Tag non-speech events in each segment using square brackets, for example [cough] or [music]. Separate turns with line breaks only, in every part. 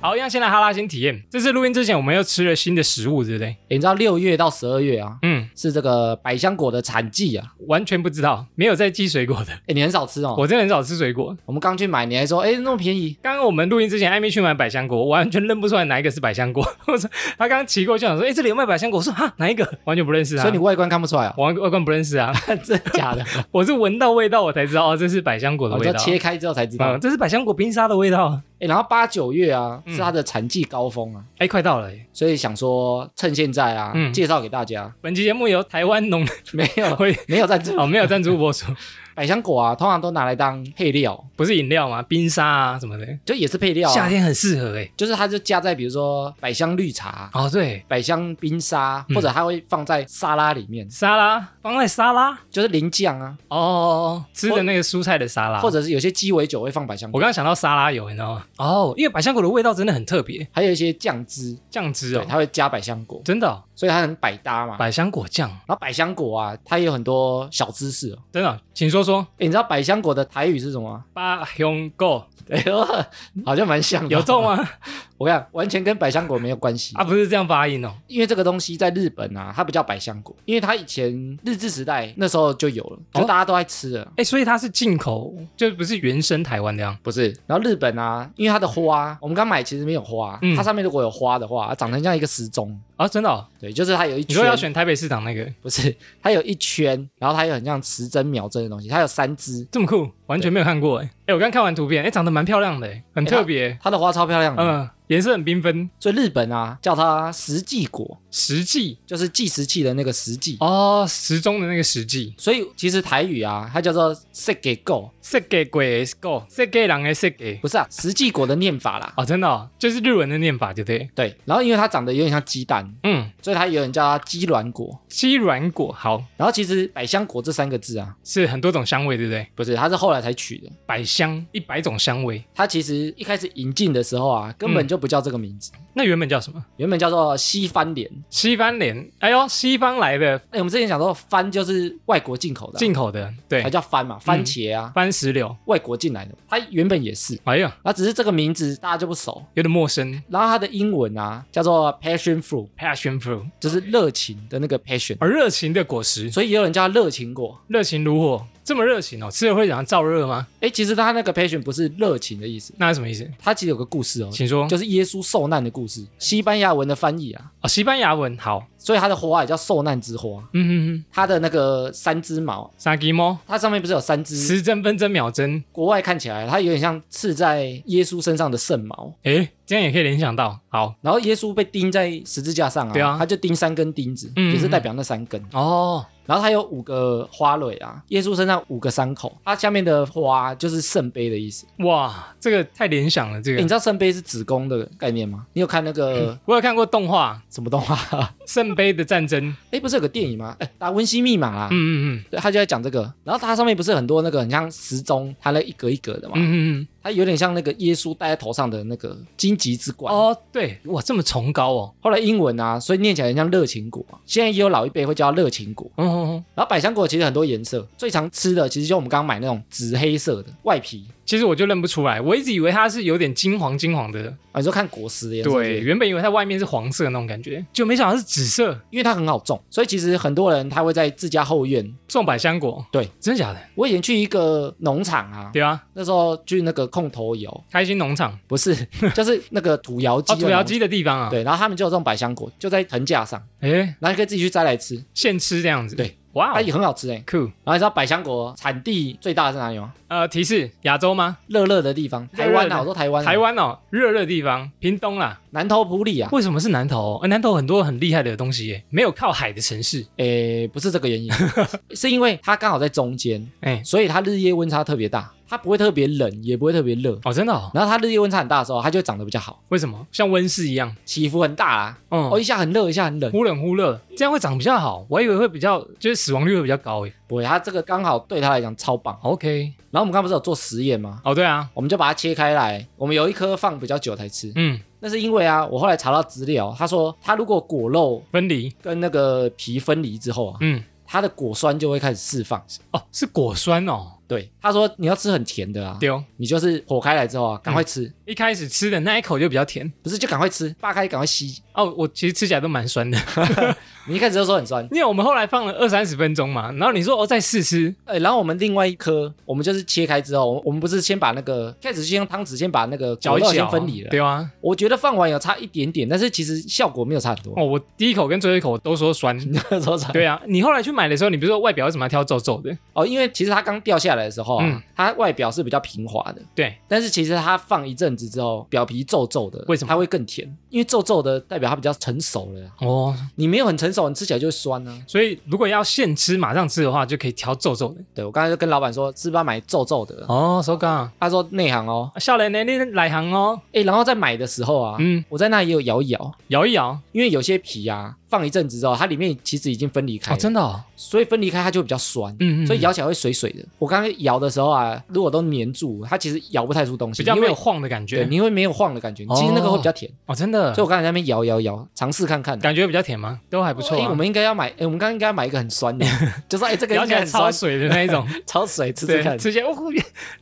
好，一样先来哈拉先体验。这次录音之前，我们又吃了新的食物，对不对？
诶你知道六月到十二月啊，
嗯，
是这个百香果的产季啊。
完全不知道，没有在寄水果的。
哎，你很少吃哦。我
我真的很少吃水果。
们刚去买，你还说哎那么便宜，
刚刚我们录音之前，艾米去买百香果，我完全认不出来哪一个是百香果。 [laughs] 我说他刚刚骑过去想说，哎、这里有卖百香果，我说哈哪一个？完全不认识啊。，
所以你外观看不出来啊
我完我根本不认识啊，
真的假的？
[laughs] 我是闻到味道我才知道哦，这是百香果的
我
味
要
道。
切开之后才知道
嗯，。这是百香果冰沙的味道。
哎，然后八九月啊
嗯
是它的产季高峰啊，
哎，快到了耶。
所以想说趁现在啊
嗯
介绍给大家。
本期节目由台湾农
没有
会
没有赞助，
哦没有赞助播出，
百香果啊通常都拿来当配料，
不是饮料吗？冰沙啊什么的，
就也是配料
夏
啊，
天很适合哎。
就是它就加在比如说百香绿茶、
哦对，
百香冰沙，
嗯
或者它会放在沙拉里面，
沙拉放在沙拉
就是淋酱啊，
哦，吃的那个蔬菜的沙拉，
或
者
者是有些鸡尾酒会放百香
我
果，
刚刚想到沙拉油，你知道吗？哦，因为百香果的味道真的很特别，
还有一些酱汁，
酱汁
对，
哦，
它会加百香果，
真的哦、
所以它很百搭嘛。
百香果酱，
然后百香果啊，它也有很多小知识哦。
真的哦、请说说。
诶你知道百香果的台语是什
[laughs]
么吗？
八香果
哎呦，好像蛮像的。
有中？吗？
我跟你讲，完全跟百香果没有关系
啊，不是这样发音哦。
因为这个东西在日本啊，它不叫百香果，因为它以前日治时代那时候就有了，就
哦
大家都爱吃了。
哎，所以它是进口，就不是原生台湾的样。
不是，然后日本啊，因为它的花，我们刚买其实没有花，
嗯
它上面如果有花的话，长成像一个时钟，
哦，真的、哦，
对，就是它有一圈，
你说要选台北市场那个，
不是，它有一圈，然后它有很像时针秒针的东西，它有三支，
这么酷，完全没有看过哎。哎，我刚看完图片，哎，长得蛮漂亮的哎，很
哎
特别。
它的花超漂亮的，
嗯，颜色很缤纷，
所以日本啊叫它实际果，
实际
就是计时器的那个实际。
哦，时钟的那个实际，
所以其实台语啊，它叫做 s e g e g o
设计鬼的狗，设计人的设计，
不是啊，实际果的念法啦。
哦，真的、哦，就是日文的念法，对不对？
对，然后因为它长得有点像鸡蛋，
嗯，
所以它有人叫它鸡卵果。
鸡软果好
然后其实百香果这三个字啊，
是很多种香味，对不对？
不是，它是后来才取的。
百香一百种香味，
它其实一开始引进的时候啊，根本就不叫这个名字，
那原本叫什么？
原本叫做西番莲。
西番莲，哎呦，西方来的
哎，我们之前讲说番就是外国进口的啊、
进口嗯的，
才
对，
叫番嘛，番茄啊，
番石榴，
外国进来的，它原本也是，
哎呀，
那只是这个名字大家就不熟。
有点陌生。
然后它的英文啊叫做 passion fruit，
passion fruit，
就是热情的那个 passion，
而热情的果实，
所以也有人叫它热情果。
热情如火，这么热情哦，吃了会想要燥热吗？
哎，其实它那个 passion 不是热情的意思，
那是什么意思？
它其实有个故事哦，
请说。
就是耶稣受难的故事，西班牙文的翻译啊，
哦，西班牙文好，
所以它的花也叫受难之花。
嗯哼哼。
它的那个三只毛，
萨基猫，
它上面不是有三只？
时针、分针、秒针，
国外看起来它有点像刺在耶稣身上的圣毛，
诶，这样也可以联想到。好，
然后耶稣被钉在十字架上啊，
对啊
他就钉三根钉子，
嗯
也是代表那三根。
哦，
然后它有五个花蕊啊，耶稣身上五个伤口，它下面的花就是圣杯的意思。
哇，这个太联想了，这
诶你
个。
知道圣杯是子宫的概念吗？你有看那个、
我有看过动画
什么动画？ [laughs]
《圣杯的战争》，
哎，不是有个电影吗？哎，达文西密码啦。
嗯嗯
对，他就在讲这个，然后它上面不是很多那个很像时钟，它那一格一格的嘛，
嗯嗯嗯，
它有点像那个耶稣戴在头上的那个荆棘之冠。哦，
哦，对，哇，这么崇高哦，
后来英文啊，所以念起来很像热情果、啊。现在也有老一辈会叫它热情果，
哦哦，
然后百香果其实很多颜色，最常吃的其实就我们刚刚买那种紫黑色的外皮
其实我就认不出来，我一直以为它是有点金黄金黄的，
啊，你说看果实的颜色，
对，，原本以为它外面是黄色那种感觉，就没想到是紫色。
因为它很好种，所以其实很多人他会在自家后院。
送百香果，
对，
真的假的？
我以前去一个农场啊，
对啊，
那时候去那个空头窑，
开心农场 [laughs]
不是，就是那个土窑鸡
哦，土
的农
窑
场，
鸡啊的地方啊，
对，然后他们就有这种百香果，就在藤架上，
诶，
然后你可以自己去摘来吃，
现吃这样子，
对，
哇
它
哦
也很好吃哎、欸。
，cool，
然后你知道百香果产地最大的是哪里吗？
呃，提示亚洲吗？
热热的地方，台
热
湾
热的
啊，我说台湾啊，
台湾哦，热热地方，屏东啦。
南投埔里啊，
为什么是南投？呃南投很多很厉害的东西耶，没有靠海的城市。
诶，不是这个原
[laughs]
因，是因为它刚好在中间，
哎，
所以它日夜温差特别大，它不会特别冷，也不会特别热。
哦，真的哦？
然后它日夜温差很大的时候，它就会长得比较好，
为什么像温室一样？
起伏很大啊，
嗯
哦，，一下很热，一下很冷。
忽冷忽热，这样会长比较好。我还以为会比较，就是死亡率会比较高诶。
不会，它这个刚好对它来讲超棒。
OK，
然后我们刚刚不是有做实验吗？
哦，对啊，
我们就把它切开来，我们有一颗放比较久才吃，
嗯，
那是因为啊，我后来查到资料，他说它如果果肉
分离，
跟那个皮分离之后啊，
嗯，
它的果酸就会开始释放，
哦，是果酸哦，
对，他说你要吃很甜的啊，
丢、哦。
你就是火开来之后啊，赶快吃，
一开始吃的那一口就比较甜
不是就赶快吃，扒开赶快吸。
哦，我其实吃起来都蛮酸的， [laughs]
你一开始就说很酸，
因为我们后来放了二三十分钟嘛，然后你说哦再试吃，
呃，然后我们另外一颗，我们就是切开之后，我们我们不是先把那个开始先用汤匙先把那个
嚼
果
一
肉
嚼
先
啊
分离了。
对啊，
我觉得放完有差一点点，但是其实效果没有差很 [laughs] 多。
哦，我第一口跟最后一口都说酸，
[laughs] 说啥？
对啊，你后来去买的时候，你不是说外表为什么要挑皱皱的？
哦，因为其实它刚掉下来的时候啊，
嗯
它外表是比较平滑的，
对，
但是其实它放一阵子之后，表皮皱皱的，
为什么
它会更甜？因为皱皱的代表它比较成熟了啊、
哦，
你没有很成熟，你吃起来就会酸啊呢、
所以如果要现吃马上吃的话，就可以挑皱皱的。
对我刚才就跟老板说，是不是要买皱皱的？
哦，手感，
他说内行哦，
笑脸呢，你来行哦，
哎，然后在买的时候啊，
嗯，
我在那也有摇一摇，
摇一摇，
因为有些皮啊放一阵子之后，它里面其实已经分离开
哦，
了，
真的、哦，
所以分离开它就会比较酸。
嗯嗯，
所以摇起来会水水的。我刚刚摇的时候啊，如果都粘住，它其实摇不太出东西，
比较
因
没
为
有晃的感
对，
觉，
你会没有晃的感觉。其实那个会比较甜，
哦，真的
所以，我刚才在那边摇摇摇，尝试看看。
感觉比较甜吗？都还不错、
哎
啊，
我们应该要买，哎，我们刚刚应该要买一个很
[laughs]
酸的，就说哎，这个
摇
应
起
该
来
很
超
酸，
水的那一种，
[laughs] 超水吃吃
对，
看。
直接哦，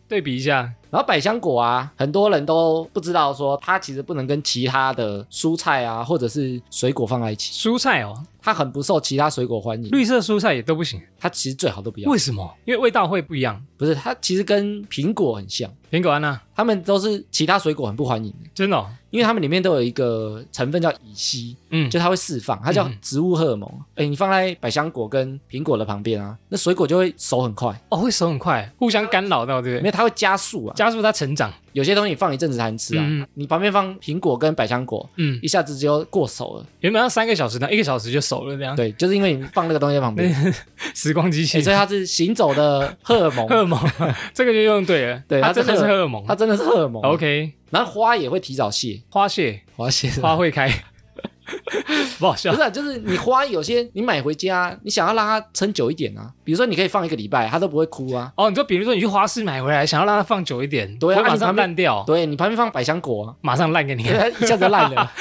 对比一下，
然后百香果啊，很多人都不知道说它其实不能跟其他的蔬菜啊或者是水果放在一起，
蔬菜哦，
它很不受其他水果欢迎。
绿色蔬菜也都不行，
它其实最好都不要，
为什么？因为味道会不一样。
不是它其实跟苹果很像，
苹果安娜，
它们都是其他水果很不欢迎的。
真的、哦，
因为它们里面都有一个成分叫乙烯，
嗯，
就它会释放，它叫植物荷尔蒙。哎、你放在百香果跟苹果的旁边啊，那水果就会熟很快，
哦，会熟很快，互相干扰到，对不对？
因为它会加速啊。
加速它成长，
有些东西你放一阵子才能吃啊，
嗯
你旁边放苹果跟百香果，
嗯，
一下子就过熟了。
原本要三个小时，然后一个小时就熟了，这样。
对，就是因为你放那个东西在旁
[laughs]
边，
时光机器
欸所以它是行走的荷尔
[laughs]
蒙
荷，尔蒙，这个就用对了，
对
它
它是
真的是
荷
荷尔蒙
它。嗯真的是荷尔蒙。
OK，
然后花也会提早谢，
花谢
花谢
花会开，不好笑
[laughs] 不是、啊，就是你花有些你买回家，你想要让它撑久一点啊，比如说你可以放一个礼拜，它都不会枯啊。
哦。你就比如说你去花市买回来，想要让它放久一点，
对啊
不会马
你
上
旁边
烂掉，
对你旁边放百香果啊，
[laughs] 马上烂给你
因为
看，
它一下子就
[laughs]
烂了。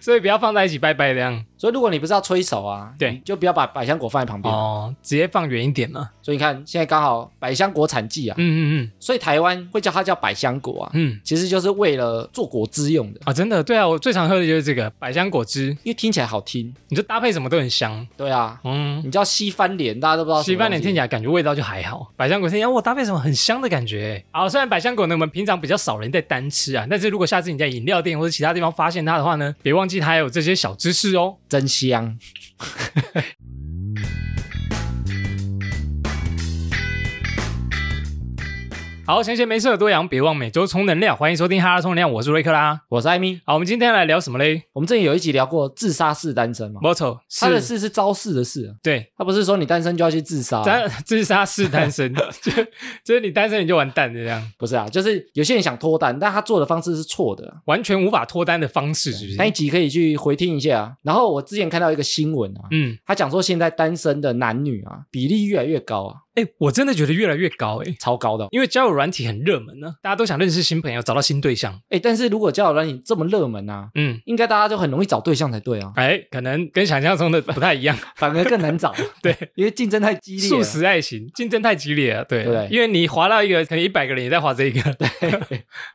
所以不要放在一起，拜拜这样。
所以如果你不是要催熟啊，
对
你就不要把百香果放在旁边。
哦，直接放远一点嘛。
所以你看，现在刚好百香果产季啊，
嗯嗯
所以台湾会叫它叫百香果啊，
嗯嗯。
其实就是为了做果汁用的，
啊，真的，对啊，我最常喝的就是这个百香果汁，
因为听起来好听。
你就搭配什么都很香。
对啊，
嗯，
你叫西番莲，大家都不知道什
西
么东
班
西。
牙听起来感觉味道就还好，百香果听起来我搭配什么很香的感觉。好，虽然百香果呢我们平常比较少人在单吃啊，但是如果下次你在饮料店或者其他地方发现它的话呢，别忘记它还有这些小知识哦。
真香。
好，闲闲没事的多养，别忘每周充能量，欢迎收听哈拉充能量，我是瑞克啦。
我是艾米，
好，我们今天来聊什么嘞？
我们之前有一集聊过自杀式单身嘛，
没错，
他的
是，
事是招式的事啊，
对，
他不是说你单身就要去自杀啊，
咱自杀式单身，就就是你单身你就完蛋的这样，
不是啊，就是有些人想脱单，但他做的方式是错的啊、
完全无法脱单的方式，是不
那一
是？
集可以去回听一下啊。然后我之前看到一个新闻啊，
嗯，
他讲说现在单身的男女啊比例越来越高啊，
哎、我真的觉得越来越高哎、
超高的哦。
因为交友软体很热门呢、大家都想认识新朋友，找到新对象。
哎，但是如果交友软体这么热门啊，
嗯，
应该大家就很容易找对象才
[laughs]
对啊，
哎，可能跟想象中的不太一样， [laughs]
反而更难找。
对，
因为竞争太激烈啊
素
了。
食爱情竞争太激烈了，啊对，
对
因为你划到一个，可能一百个人也在划这一个，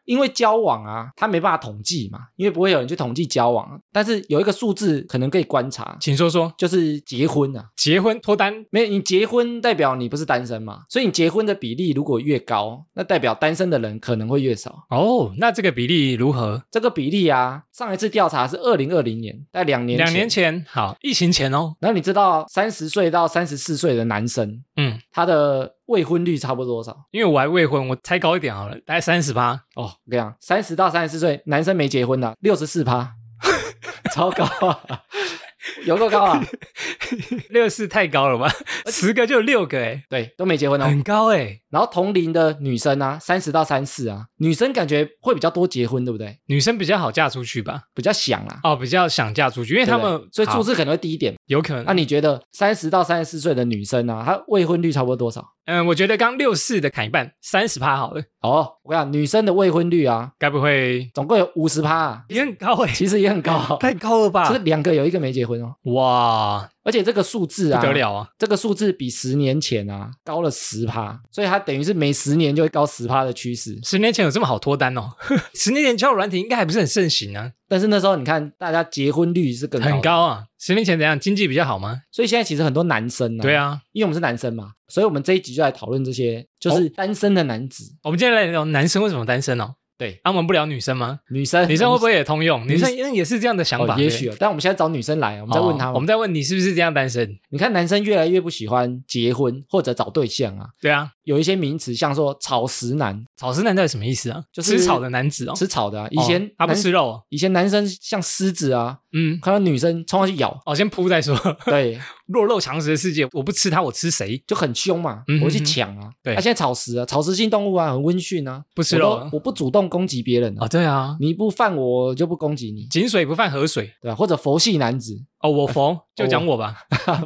因为交往啊，他没办法统计嘛，因为不会有人去统计交往，啊但是有一个数字可能可以观察，
请说说
就是结婚啊。
结婚脱单，
没有，你结婚代表你不是单身嘛，所以你结婚的比例如果越高，那代表单身的人可能会越少。
哦，那这个比例如何？
这个比例啊，上一次调查是二零二零年，在两年
两年。前，好，疫情前哦，
然后你知道三十岁到三十四岁的男生，
嗯，
他的未婚率差不多多少？
因为我还未婚，我猜高一点好了，大概三十八， [laughs]
哦，我跟你讲，三十到三十四岁男生没结婚的六十四趴， [laughs] 超高啊， [laughs] 有够高
[laughs]
啊！
六四太高了吧？十个就有六个哎、
对，都没结婚哦。
很高哎、
然后同龄的女生啊，三十到三四啊，女生感觉会比较多结婚，对不对？
女生比较好嫁出去吧？
比较想啦。
哦，比较想嫁出去，因为
对
他
不对
们
所以数
好
字可能会低一点。
有可能
那、你觉得三十到三十四岁的女生啊，她未婚率差不多多少？
嗯，我觉得刚六四的砍一半，三十趴好了，
哦，我跟你讲，女生的未婚率啊，
该不会
总共有五十趴，啊
也很高哎、
其实也很高、
太高了吧
就是？两个有一个没结婚哦。
哇，
而且这个数字
不
啊，
得了啊！
这个数字比十年前啊高了十趴，所以它等于是每十年就会高十趴的趋势。
十年前有这么好脱单哦？ [laughs] 十年前交友软体应该还不是很盛行啊，
但是那时候你看，大家结婚率是更高的
很，高啊。十年前怎样经济比较好吗？
所以现在其实很多男生呢、
对，啊，哦
因为我们是男生嘛，所以我们这一集就来讨论这些，就是单身的男子，
我们今天来聊男生为什么单身哦。
对，
啊，我们不聊女生吗？
女生
女生会不会也通
[laughs]
用？
女
女生也是这样的想法，
哦，也
对
许哦，但我们现在找女生来，我们再问她、
哦我们再问你是不是这样单身？
你看男生越来越不喜欢结婚或者找对象啊，
对啊，
有一些名词像说草食男，
草食男到底什么意思啊？
就是
吃草的男子哦，
吃草的啊，以前
哦他
男、
不吃肉哦，
以前男生像狮子啊，
嗯，
看到女生冲上去
[laughs]
咬，
哦，先扑再说。
对，
弱肉强食的世界，我不吃它，我吃谁？
就很凶嘛，
嗯哼
我会去抢啊。
对
啊，现在草食啊，草食性动物啊，很温驯啊，
不吃
我
肉
都
啊
我不主动攻击别人
哦，
啊，
对啊，
你不犯我我就不攻击你，
井水不犯河水
对吧、啊或者佛系男子，
哦，我
[laughs]
佛就讲我吧，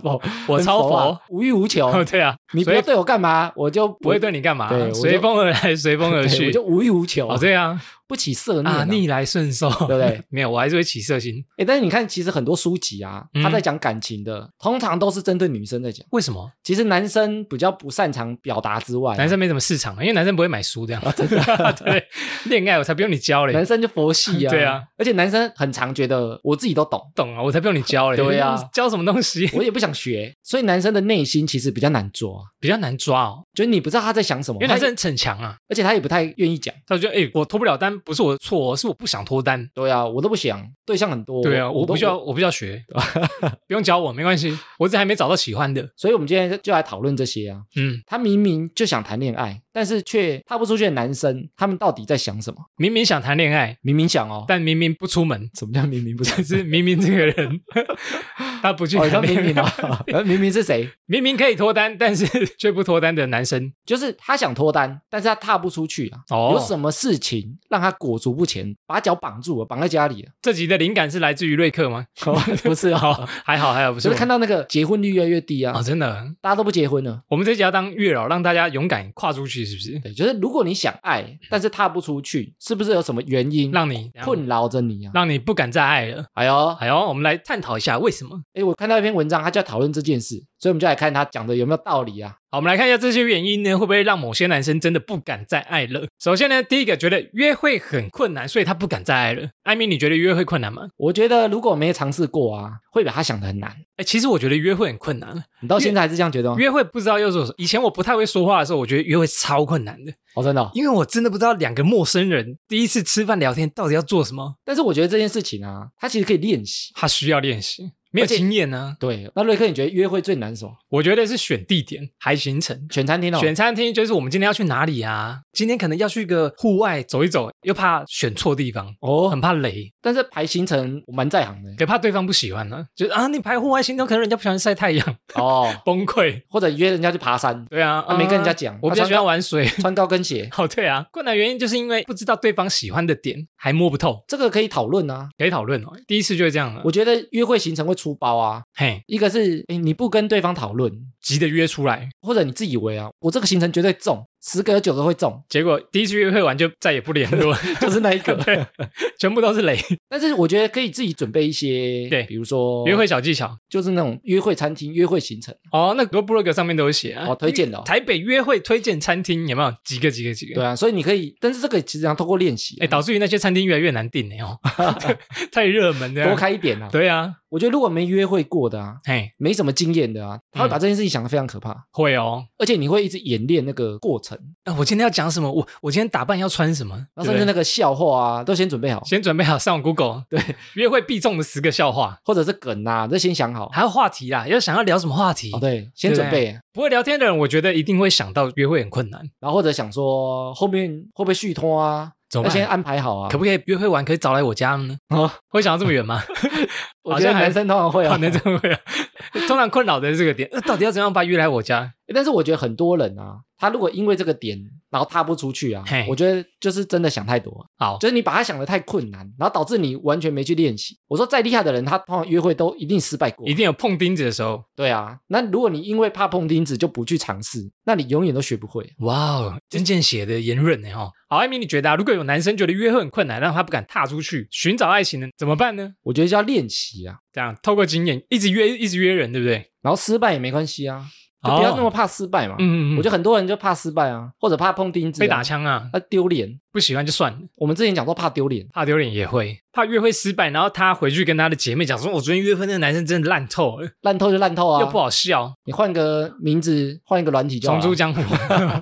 不
我
很
超
佛啊
佛，
无欲无求，
哦，对啊，
你不
所以
要对我干嘛，我就
不会对你干嘛啊
对我，就
随风而来， [laughs] 随风而
对
去
我，就无欲无求啊，
哦，对啊，
不起色念
啊，
啊。
逆来顺受，对
不对？
[laughs] 没有，我还是会起色心，
诶但是你看，其实很多书籍啊，
嗯
他在讲感情的，通常都是针对女生在讲。
为什么？
其实男生比较不擅长表达之外啊，
男生没什么市场，因为男生不会买书这样， [laughs] 对，恋爱我才不用你教嘞
男，生就佛系啊，
[laughs] 对啊，
而且男生很常
[laughs]
觉得我自己都懂，
懂啊，我才不用你教嘞，
对啊
教什么东西
我也不想学，所以男生的内心其实比较难抓，
比较难抓哦，
就是你不知道他在想什么，
因为男
他
生很逞强啊，
而且他也不太愿意讲。
他就觉得哎，我脱不了单，不是我的错，哦是我不想脱单，
对啊，我都不想，对象很多，
对啊，我
都
不需要，。我不需要 [laughs] 学，不用教我，没关系，我这还没找到喜欢的。
所以我们今天就来讨论这些啊。
嗯，
他明明就想谈恋爱，但是却踏不出去的男生，他们到底在想什么？
明明想谈恋爱，
明明想哦，
[laughs] 但明明不出门，
什么叫明明不
就
想？
是明明这个
[laughs]
人他不去
哦，你 [laughs] 说
谈
明
恋
明
爱，
啊，呃明明是谁？
[laughs] 明明可以脱单，但是却不脱单的男生。
就是他想脱单，但是他踏不出去啊。
哦
有什么事情让他裹足不前，把脚绑住了，绑在家里了？
这集的灵感是来自于瑞克吗？
哦 [laughs] 不是啊、
[laughs] 好，还好还好，不是
[laughs] 就是
我
看到那个结婚率越来越低啊，
哦，真的，
大家都不结婚了。
我们这集要当月老，让大家勇敢跨出去，是不是？
对，就是如果你想爱，但是踏不出去，是不是有什么原因
让你
困，扰着你啊？
让你不敢再爱了。
哎呦，
哎呦，我们来探讨一下为什么。
哎，我看到一篇文章，他就在讨论这件事，所以我们就来看他讲的有没有道理啊？
好，我们来看一下这些原因呢，会不会让某些男生真的不敢再爱了？首先呢，第一个觉得约会很困难，所以他不敢再爱了。艾米，你觉得约会困难吗？
我觉得如果没尝试过啊，会比他想的很难。
哎，其实我觉得约会很困难。啊
你到现在还是这样觉得吗？
约会不知道要做什么。以前我不太会说话的时候，我觉得约会超困难的，
哦，真的哦、
因为我真的不知道两个陌生人第一次吃饭聊天到底要做什么，
但是我觉得这件事情啊，他其实可以练习。
他需要练习，没有
而且
经验呢、
对，那瑞克，你觉得约会最难是什么？
我觉得是选地点还行程。
选餐厅哦，
选餐厅就是我们今天要去哪里啊？今天可能要去一个户外走一走，又怕选错地方，我
哦
很，怕雷，
但是排行程我蛮在行的
也怕对方不喜欢呢、就是啊，你排户外行动，可能人家不喜欢晒太阳， [laughs]
哦，
崩溃。
[laughs] 或者约人家去爬山，
对啊，
啊没跟人家讲
我比较喜欢玩水。
[laughs]
[laughs]
穿高跟鞋，
哦，对啊，困难原因就是因为不知道对方喜欢的点，还摸不透，
这个可以讨论啊。
可以讨论哦。第一次就是这样了，
我觉得约会行程会出包啊，
嘿，
一个是诶你不跟对方讨论，
急着约出来，，
或者你自以为啊，我这个行程绝对中，十个有九个会中 [laughs]
结果第一次约会完就再也不联络，
就是那一
[laughs]
个。
对，全部都是雷。
但是我觉得可以自己准备一些，
对
比如说
约会，小技巧
就是那种约会餐厅、约会行程，
哦，那个 blog 上面都有写啊，
哦推荐的哦
台北约会推荐餐厅有没有？几个几个几个？
对啊，所以你可以，但是这个其实要通过练习
哎、
啊，
导致于那些餐厅越来越难订了
[laughs]
哦，太热门了。
多开一点啊。
对啊，
我觉得如果没约会过的啊，
嘿，
没什么经验的啊，
嗯
他会把这件事情想得非常可怕，
会哦。
而且你会一直演练那个过程，
啊，我今天要讲什么？我我今天打扮要穿什么？
然后甚至
对
那个笑话啊，都先准备好，
先准备好上网 Google，
对，
约会必中的十个笑话，
或者是梗啊，这先想好。
还有话题啦，要想要聊什么话题。
哦，对，先准备，
不会聊天的人，我觉得一定会想到约会很困难，
然后或者想说后面会不会续拖啊，
怎么办哦
要先安排好啊。
[laughs] 可不可以约会完可以早来我家呢？
啊，
会想到这么远吗？
我觉得
好像还
男生通常会啊有
可，能真的 [laughs] 会有，通常困扰的是这个点，呃到底要怎样把他约来我家？
欸但是我觉得很多人啊，他如果因为这个点，然后踏不出去啊
嘿，
我觉得就是真的想太多，啊
好，
就是你把他想的太困难，然后导致你完全没去练习。我说再厉害的人，他通常约会都一定失败过
一。定有碰钉子的时候。
对啊，那如果你因为怕碰钉子就不去尝试，那你永远都学不会。
哇哦，真见血的言论呢哈。好，艾米，你觉得、啊、如果有男生觉得约会很困难，让他不敢踏出去寻找爱情呢，怎么办呢？
我觉得就要练习啊，
这样透过经验一直约，一直约人，对不对？
然后失败也没关系啊，就不要那么怕失败嘛。
哦嗯嗯嗯，
我觉
就
得很多人就怕失败啊，或者怕碰钉子、
被打，枪啊，
啊丢脸。
不喜欢就算了，
我们之前讲过怕丢脸，
怕丢脸也会，怕约会失败，然后他回去跟他的姐妹讲说，我昨天约会那个男生真的烂透了，
烂透就烂透啊，
又不好笑，
你换个名字，换一个软体就
重
好了。
出江湖，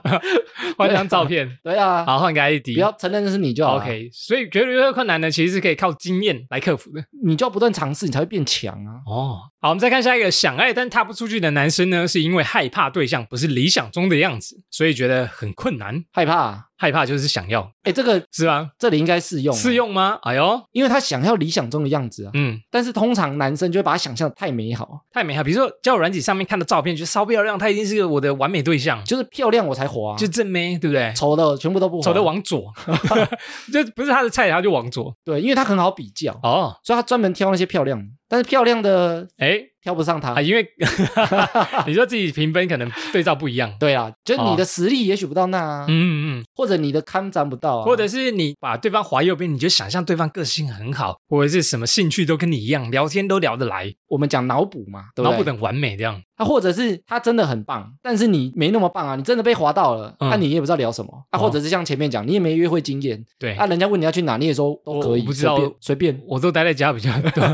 [laughs] 换张照片，
啊对啊，
好，换个
不
ID。
要承认那是你就好了啊
OK，所以觉得约会困难呢，其实是可以靠经验来克服的。
你就要不断尝试，你才会变强啊。
哦，好，我们再看下一个，想爱但踏不出去的男生呢，是因为害怕对象不是理想中的样子，所以觉得很困难。
害怕、啊，
害怕就是想要，
哎，这个
是吧？
这里应该适
嗯
用，啊
适，用吗？哎呦，
因为他想要理想中的样子啊。
嗯，
但是通常男生就会把他想象得太美好，啊
太美好。比如说交友软体上面看的照片，觉得超漂亮，他一定是我的完美对象，
就是漂亮我才滑、
就正妹，对不对？
丑啊的全部都不滑，
走的往左， [laughs] 就不是他的菜，他就往左。
对，因为他很好比较，
哦，
所以他专门挑那些漂亮的，但是漂亮的
哎
挑不上他。
啊，因为 [laughs] 你说自己评分可能对照不一样。
[laughs] 对啊，就是你的实力也许不到那啊，
[laughs] 哦嗯嗯嗯，
或者你的看展不到啊，
或者是你把对方划右边，你就想象对方个性很好，或者是什么兴趣都跟你一样，聊天都聊得来，
我们讲脑补嘛，对
然后不
不对？
等完美这样。
啊，或者是他真的很棒，但是你没那么棒啊，你真的被滑到了，那、
嗯
你也不知道聊什么啊，
哦
或者是像前面讲，你也没约会经验，
对，
啊，人家问你要去哪，你也说都可以，
我不知道
随便随便，
我都待在家比较多，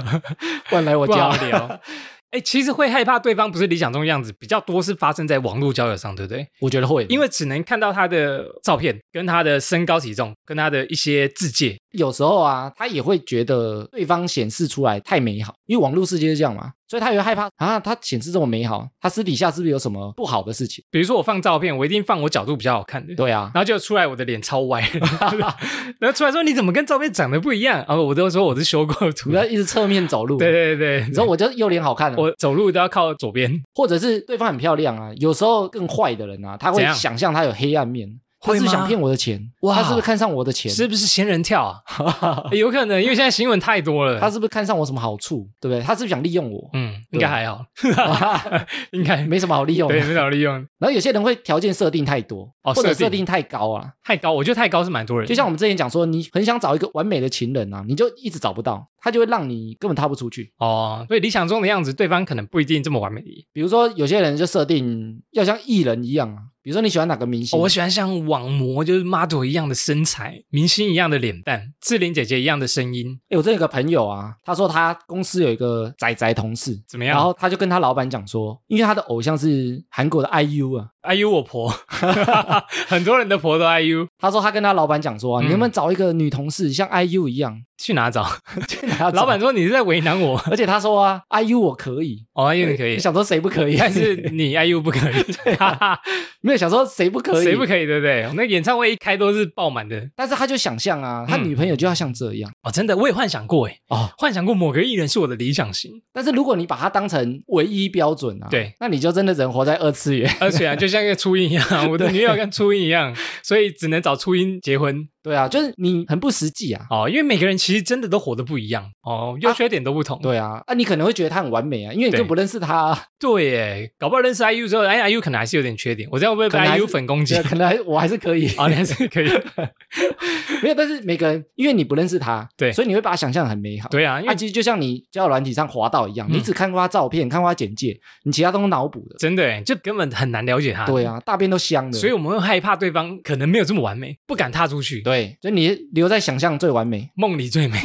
不然来
[laughs]
我
不好
家。
聊。 [laughs] 哎、其实会害怕对方不是理想中的样子，比较多是发生在网络交友上，对不对？
[laughs] 我觉得会，
因
为
为只能看到他的照片、跟他的身高体重、跟他的一些字界。
有时候啊，他也会觉得对方显示出来太美好，因为网络世界是这样嘛，所以他也会害怕啊，他显示这么美好，他私底下是不是有什么不好的事情？
比如说我放照片，我一定放我角度比较好看的，
对啊，
然后就出来我的脸超歪， [laughs] 然后出来说你怎么跟照片长得不一样？啊，我都说我是修过图
你不要
的。
一直侧面走路，
[laughs] 对对对，
你说我就右脸好看、啊，
我走路都要靠左边，
或者是对方很漂亮啊，有时候更坏的人啊，他
怎
会
样
想象他有黑暗面，他
会
是不是
吗
想骗我的钱？
哇
他是不是看上我的钱？
是不是仙人跳 [laughs] 啊？欸有可能，因为现在新闻太多了。
他是不是看上我什么好处？对不对？他是不是想利
[laughs]
用我？
嗯，应该还好，应该
没什么好利用的。
对，没找利用
然后有些人会条件设定太多，
哦
或者
设定
设定太高啊。
太高，我觉得太高是蛮多人的，
就像我们之前讲说，你很想找一个完美的情人啊，你就一直找不到，他就会让你根本踏不出去。
哦，所以理想中的样子，对方可能不一定这么完美。
比如说，有些人就设定要像艺人一样啊，比如说你喜欢哪个明星，
哦我喜欢像网模，就是 model 一样的身材，明星一样的脸蛋，志玲姐姐一样的声音，
诶我真的有个朋友啊，他说他公司有一个仔仔同事，
怎么样？
然后他就跟他老板讲说，因为他的偶像是韩国的 IU 啊，
IU 我婆， [laughs] 很多人的婆都 IU，
他说他跟他老板讲说啊，
嗯
你能不能找一个女同事像 IU
[laughs]
一样？
去哪
[laughs]
找？
去哪找
老板，说你是在为难
[laughs]
我，
而且他说啊，IU 我可以，
哦，IU 你可以
你，想说谁不可以？
但是你 IU 不可以，哈 [laughs] 哈，
[laughs] 没有想说谁不可以？
谁不
以？
可以？对不对？那演唱会一开都是爆满的
但是他就想象啊，他
嗯
女朋友就要像这样、
哦，真的，我也幻想过哎，
哦。
幻想过某个艺人是我的理想型，
但是如果你把它当成唯一标准啊，
对，
那你就真的只能活在二次元。 [laughs]
而且啊，就像一个初音一样，我的女友跟初音一样，所以只能找初音结婚
对啊，就是你很不实际啊。
哦，因为每个人其实真的都活得不一样哦，优缺点都不同。
对啊，啊，你可能会觉得他很完美啊，因为你
对
就不认识他、
[laughs]
啊，
对耶，搞不好认识 IU 之后，哎，IU 可能还是有点缺点，我这样会不
可
会被
能还是
IU 粉攻击
[laughs] 对啊？可能还我还是可以。
哦，你还是可以，
没有，但是每个人，因为你不认识他，
对
所以你会把他想象得很美好。，
对啊，因
那、
为
其实就像你交友软体上滑到一样，
嗯
你只看过他照片，看过他简介，你其他都是脑补的。
真的欸耶就根本很难了解他。
对，啊，大便都香的。
所以我们会害怕对方可能没有这么完美，不敢踏出去。
对，所以你留在想象最完美， [laughs]
梦里最美，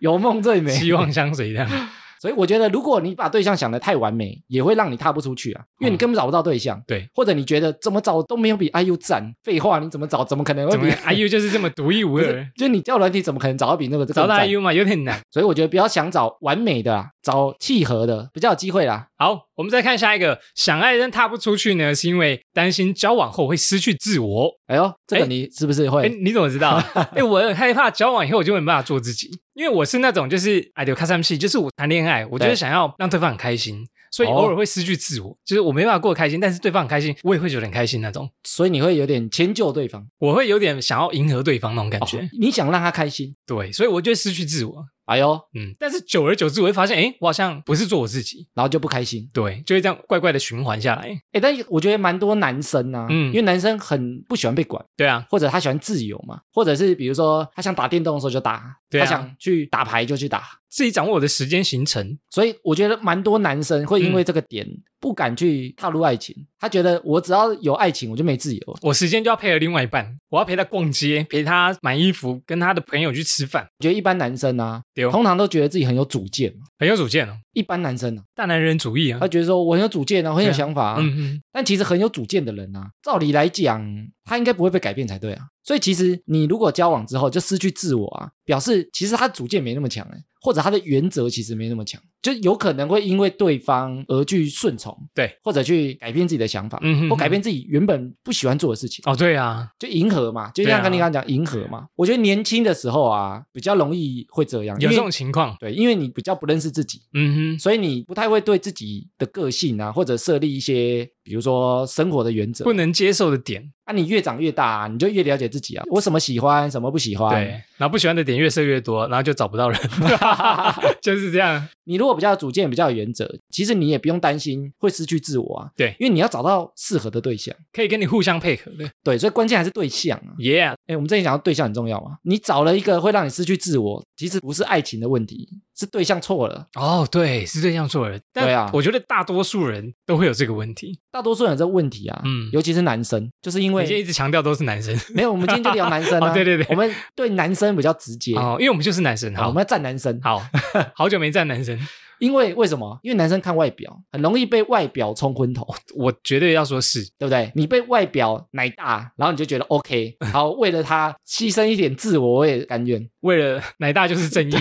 有梦最美。
希望相随这样。
所以我觉得，如果你把对象想得太完美，也会让你踏不出去啊，因为你根本找不到对象。
嗯对，
或者你觉得怎么找都没有比 IU 赞，废话，你怎么找？怎么可能会
怎么
比
样 IU 就是这么独一无
不
二
是，，就你交友软体怎么可能找到比那个
找到
更赞
IU 嘛有点难。
所以我觉得不要想找完美的啊，找契合的，比较有机会啦。
好，我们再看下一个，想爱但踏不出去呢，是因为担心交往后会失去自我。
哎呦，这个
哎
你是不是
哎、
会？
你怎么知道？
[laughs]
哎、我很害怕交往以后我就没办法做自己，因为我是那种就是哎，有看上戏，就是我谈恋爱，我就是
对
想要让对方很开心，所以
哦
偶尔会失去自我，就是我没办法过得开心，但是对方很开心，我也会觉得很开心那种。
所以你会有点迁就对方，
我会有点想要迎合对方那种感觉，
哦你想让他开心。
对，所以我就会失去自我，
哎呦，
嗯，但是久而久之，我会发现，哎，我好像不是做我自己，
然后就不开心。
对，就会这样怪怪的循环下来，
哎，但我觉得蛮多男生啊，
嗯
因为男生很不喜欢被管，
对啊，
或者他喜欢自由嘛，或者是比如说他想打电动的时候就打，
对啊
他想去打牌就去打。
自己掌握我的时间行程，
所以我觉得蛮多男生会因为这个点不敢去踏入爱情，他觉得我只要有爱情我就没自由了。
我时间就要配合另外一半，我要陪他逛街，陪他买衣服，跟他的朋友去吃饭，
我觉得一般男生啊，
对哦，
通常都觉得自己很有主见嘛。
很有主见哦，
一般男生啊，
大男人主义啊
他，觉得说我很有主见啊，我很有
对啊
想法啊。
嗯嗯，
但其实很有主见的人啊，照理来讲，他应该不会被改变才对啊。所以其实你如果交往之后就失去自我啊，表示其实他主见没那么强哎、或者他的原则其实没那么强，就有可能会因为对方而去顺从，
对，
或者去改变自己的想法，
嗯哼
或改变自己原本不喜欢做的事情。
哦，对啊，
就迎合嘛，就
对啊
像跟你刚刚讲迎合嘛，我觉得年轻的时候啊，比较容易会这样，
有这
因为
种情况，
对，因为你比较不认识自己，
嗯哼，
所以你不太会对自己的个性啊，或者设立一些，比如说生活的原则
不。能接受的点，
啊，你越长越大、啊，你就越了解自己啊，我什么喜欢，什么不喜欢。
对，，然后不喜欢的点越设越多，然后就找不到
[laughs]
人， [laughs] 就是这样，
你如果比较有主见，比较有原则，其实你也不用担心会失去自我啊。
对
因为你要找到适合的对象。
可以跟你互相配合的
对，所以关键还是对象啊。
，Yeah，
哎，我们之前讲到对象很重要嘛，你找了一个会让你失去自我，其实不是爱情的问题，是对象错了。
哦，对，是这样做的，但
对啊
我觉得大多数人都会有这个问题，
大多数人有这个问题啊，
嗯
尤其是男生，就是因
你今天一
为
直强调都是男生，
没有，我们今天就聊男生
[laughs]
啊，
哦对对对
我们对男生比较直接，
哦，因为我们就是男生，
好，
好
我们，要站男生， [laughs]
好，好久没站男生，
因为为什么？因为男生看外表，很容易被外表冲
[laughs]
昏头，
我绝对要说是，
对不对？你被外表奶大，然后你就觉得
[laughs]
OK，好，为了他牺牲一点自我，我也甘愿。
为了奶大就是
[laughs]
正义，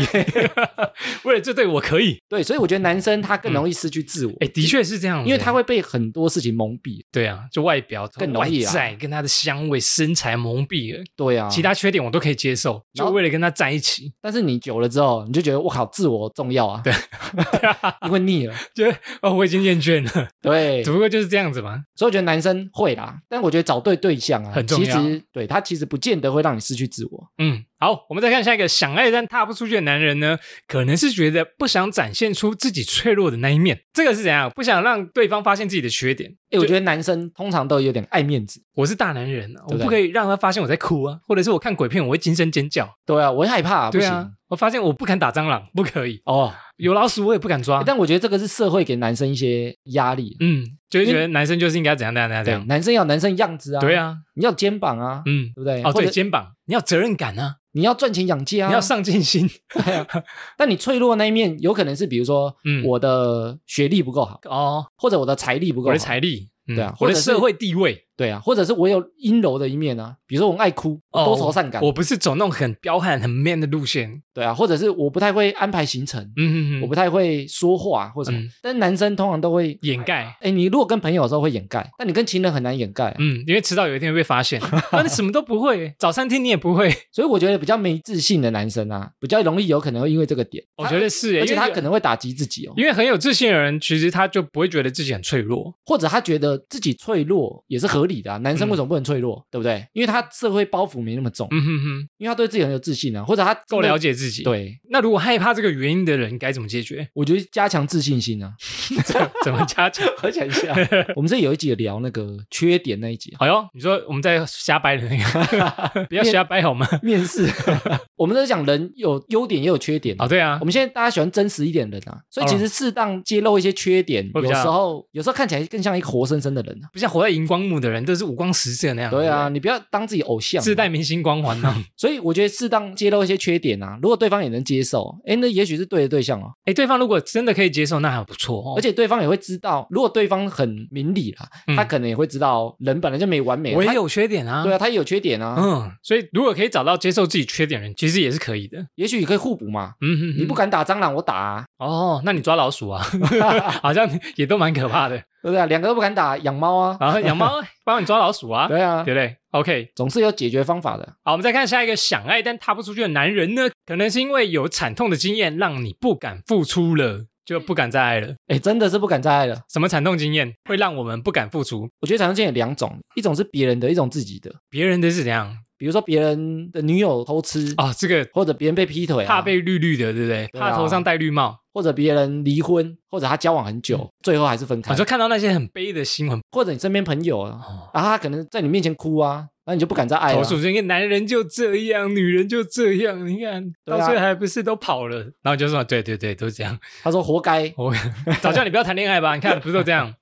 为了这对我可以，
对，所以我觉得男生他更容易失去自我，
哎，的确是这样，
因为他会被很多事情蒙蔽。
对啊，就外表、
更容易啊
外在跟他的香味、身材蒙蔽了，
对啊，
其他缺点我都可以接受，
然
就
后
为了跟他在一起，
但是你久了之后，你就觉得我靠，自我重要啊，对， [laughs] 因为腻了。
就是哦，我已经厌倦了，
对，
[laughs] 只
所
不过就是这样子嘛，
以我觉得男生会啦，但我觉得找对对象啊，
很重要
其实对他其实不见得会让你失去自我。
嗯，好，我们再看下一个，想爱但踏不出去的男人呢，可能是觉得不想展现出自己脆弱的那一面，这个是怎样？不想让对方发现自己的缺点。
哎，我觉得男生通常都有点爱面子。
我是大男人啊，我
对不对
不可以让他发现我在哭啊，或者是我看鬼片我会惊声尖叫。
对啊，我会害怕、不
对
行。
啊，我发现我不敢打蟑螂，不可以，
哦，
有老鼠我也不敢抓
欸。但我觉得这个是社会给男生一些压力。
嗯，就是觉
因
得男生就是应该怎样怎样怎样怎
对，
啊样。
男生要有男生样子啊，
对，啊，
你要有肩膀啊，
嗯
对，不对？
哦
或
对，
者
肩膀你要有责任感啊，
你要赚钱养家、啊，
你要上进心。
[laughs] 对啊。但你脆弱的那一面，有可能是比如说，
嗯
我的学历不够好，
哦，
或者我的财力不够
我
好，
的财力，嗯
对啊
我
或
的
者是
社会地位。
对啊，或者是我有阴柔的一面啊，比如说我很爱哭，
哦
多愁善感，
我不是走那种很彪悍、很 man 的路线，
对啊，或者是我不太会安排行程，
嗯，
我不太会说话或什么。
嗯
但男生通常都会
掩盖。
哎，你如果跟朋友的时候会掩盖，但你跟情人很难掩盖啊、
嗯，因为迟早有一天会被发
[laughs]
现。那你什么都不会，早餐厅你也不会，
所以我觉得比较没自信的男生啊，比较容易有可能会因为这个点，
我觉得是耶，
而且
因为
他可能会打击自己哦，
因为很有自信的人，其实他就不会觉得自己很脆弱。
或者他觉得自己脆弱也是合理的啊。男生为什么不能脆弱，对不对？因为他社会包袱没那么重，
嗯哼哼，
因为他对自己很有自信啊，或者他真的
够了。解自己。，
对，？
那如果害怕这个原因的人该怎么解决
[laughs] 我觉得加强自信
[laughs]
心啊。
怎怎么加强？
我想一下，我们这有一集有聊那个缺点那一集啊，
好哟，你说我们在瞎掰的那
[laughs]
个，不要瞎掰好吗？[laughs]
面试，我们都讲人有优点也有缺点
哦，。对啊
我，们现在大家喜欢真实一点的人啊，所以其实适当揭露一些缺点，
嗯会比
有
较
时候有时候看起来更像一个活生生的人啊。
不像活在荧光幕的人，人都是五光十色那样。
对啊，，你不要当自己偶像，啊
自带明星光环呢、啊。
所以我觉得适当揭露一些缺点啊，如果对方也能接受，哎，那也许是对的对象哦。
哎，对方如果真的可以接受，那还不错哦。
而且对方也会知道，如果对方很明理啦，
嗯
他可能也会知道人本来就没完美啊，
我也
他
有缺点啊。
对啊，他也有缺点啊，
嗯，所以如果可以找到接受自己缺点的人，其实也是可以的。
也许也可以互补嘛。
嗯哼哼，
你不敢打蟑螂，我
[laughs]
打、啊，
哦，那你抓老鼠
[laughs]
啊，好像也都蛮可怕的。
对不对、啊？两个都不敢打，养猫啊，
然后养
[laughs]
猫帮你抓老鼠啊，对
对啊
不，对？OK，
总是有解决方法的。
好，我们再看下一个想爱但踏不出去的男人呢，可能是因为有惨痛的经验，让你不敢付出了，就不敢再爱了。
哎，真的是不敢再爱了。
什么惨痛经验会让我们不敢付出？
我觉得常见有两种，一种是别人的，一种自己的。
别人的是怎样？
比如说别人的女友偷吃，
哦，这个
或者别人被劈腿、啊，
怕被绿绿的，对不对？
对啊
怕头上戴绿帽。
或者别人离婚，或者他交往很久，最后还是分
我。嗯
开
啊就看到那些很悲的新闻，
或者你身边朋友啊，
哦，
然后他可能在你面前哭啊，那你就不敢再爱了
投
啊。
诉这个男人就这样，女人就这样，你看
对啊
到最后还不是都跑了？然后就说，对对对，都
[laughs]
这样。
他说活该。
我早叫你不要谈恋爱吧，你看不是都这样？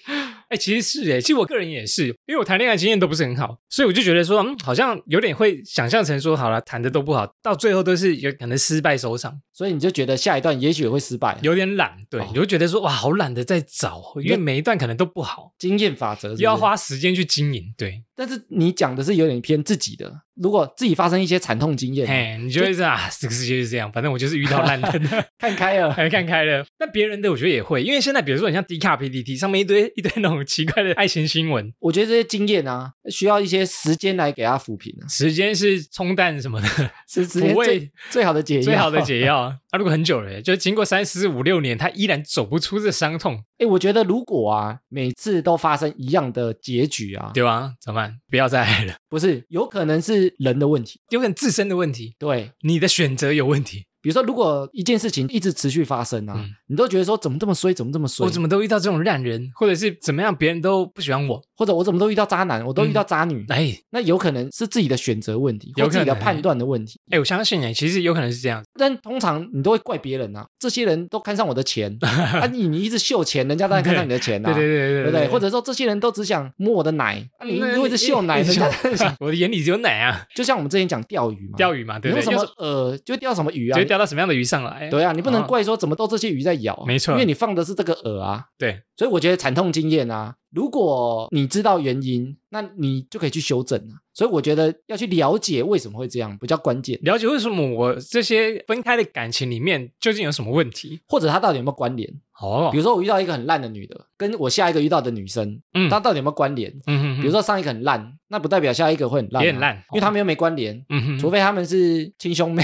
哎、其实是哎、其实我个人也是，因为我谈恋爱经验都不是很好，所以我就觉得说，嗯，好像有点会想象成说，好了，谈的都不好，到最后都是有可能失败收场，
所以你就觉得下一段也许也会失败，
有点懒，对，
哦
你就觉得说，哇，好懒得再找，因为每一段可能都不好，
经验法则是
又
不是
要。花时间去经营，对，
但是你讲的是有点偏自己的，如果自己发生一些惨痛经验，
哎，你就会是啊，这个世界就是这样，反正我就是遇到烂人，
[laughs] 看开了，
还看开了。但别人的我觉得也会，因为现在比如说你像 D 卡 PPT 上面一堆 [laughs] 一堆那种奇怪的爱情新闻，
我觉得这些经验啊，需要一些时间来给他抚平啊，
时间是冲淡 [laughs] 什么的。
是时间
抚慰
最最好的解药，
最好的。
[laughs]
解药啊！啊，如果很久了，就经过三四五六年，他依然走不出这伤痛，
哎，我觉得如果啊，每次都发生一样的结局啊，
对吧？怎么办？不要再爱了，
不是有可能是人的问题，
有可能自身的问题，
对。
你的选择有问题。
比如说，如果一件事情一直持续发生啊，
嗯
你都觉得说怎么这么衰，怎么这么衰，
我怎么都遇到这种烂人，或者是怎么样，别人都不喜欢我。
或者我怎么都遇到渣
嗯
男，我都遇到渣女，
哎
那有可能是自己的选择问题，
有
或
可
自
能
己的判断的问题。
哎，我相信哎，其实有可能是这样。
但通常你都会怪别人啊，这些人都看上我的
[laughs]
钱，啊你你一直秀钱，人家当然看上你的钱
对
啊，
对对嗯
对不对？或者说这些人都只想摸我的奶，啊你
那
你一直秀奶，人家
[laughs] 我的眼里只有奶啊，
就像我们之前讲钓鱼嘛，
钓鱼嘛，对
你
不
用
对？
什么
要是
饵就钓什么鱼
就
啊
会。钓到什么样的鱼上来？
对啊，你不能
哦
怪说怎么都这些鱼在咬，啊
没错
因为你放的是这个饵啊。
对，
所以我觉得惨痛经验啊，如果你知道原因，那你就可以去修正啊。所以我觉得要去了解为什么会这样比较关键，
了解为什么我这些分开的感情里面究竟有什么问题？
或者它到底有没有关联。
哦
比，如说我遇到一个很烂的女的，跟我下一个遇到的女生，
嗯
她到底有没有关联？
嗯哼哼，
比如说上一个很烂，那不代表下一个会很烂、啊，
也很烂哦
因为他们又没关联，
嗯哼，
除非他们是亲兄
[laughs]
妹、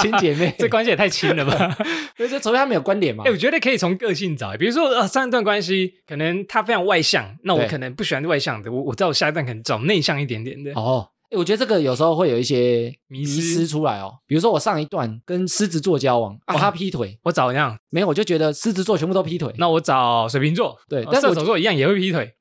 亲姐妹，
这关系也太亲
[laughs]
了吧。
对，就除非他们有关联嘛
哎、。我觉得可以从个性找，比如说呃，上一段关系可能他非常外向，那我
对
可能不喜欢外向的，我我知道我下一段可能找内向一点点的。
哦。哎我觉得这个有时候会有一些
迷失
失出来哦，比如说我上一段跟狮子座交往啊，
哇
他劈腿，
我找一样，
没有，我就觉得狮子座全部都劈腿，
那我找水瓶座，
对
呃
但
射
我
手座一样也会劈腿，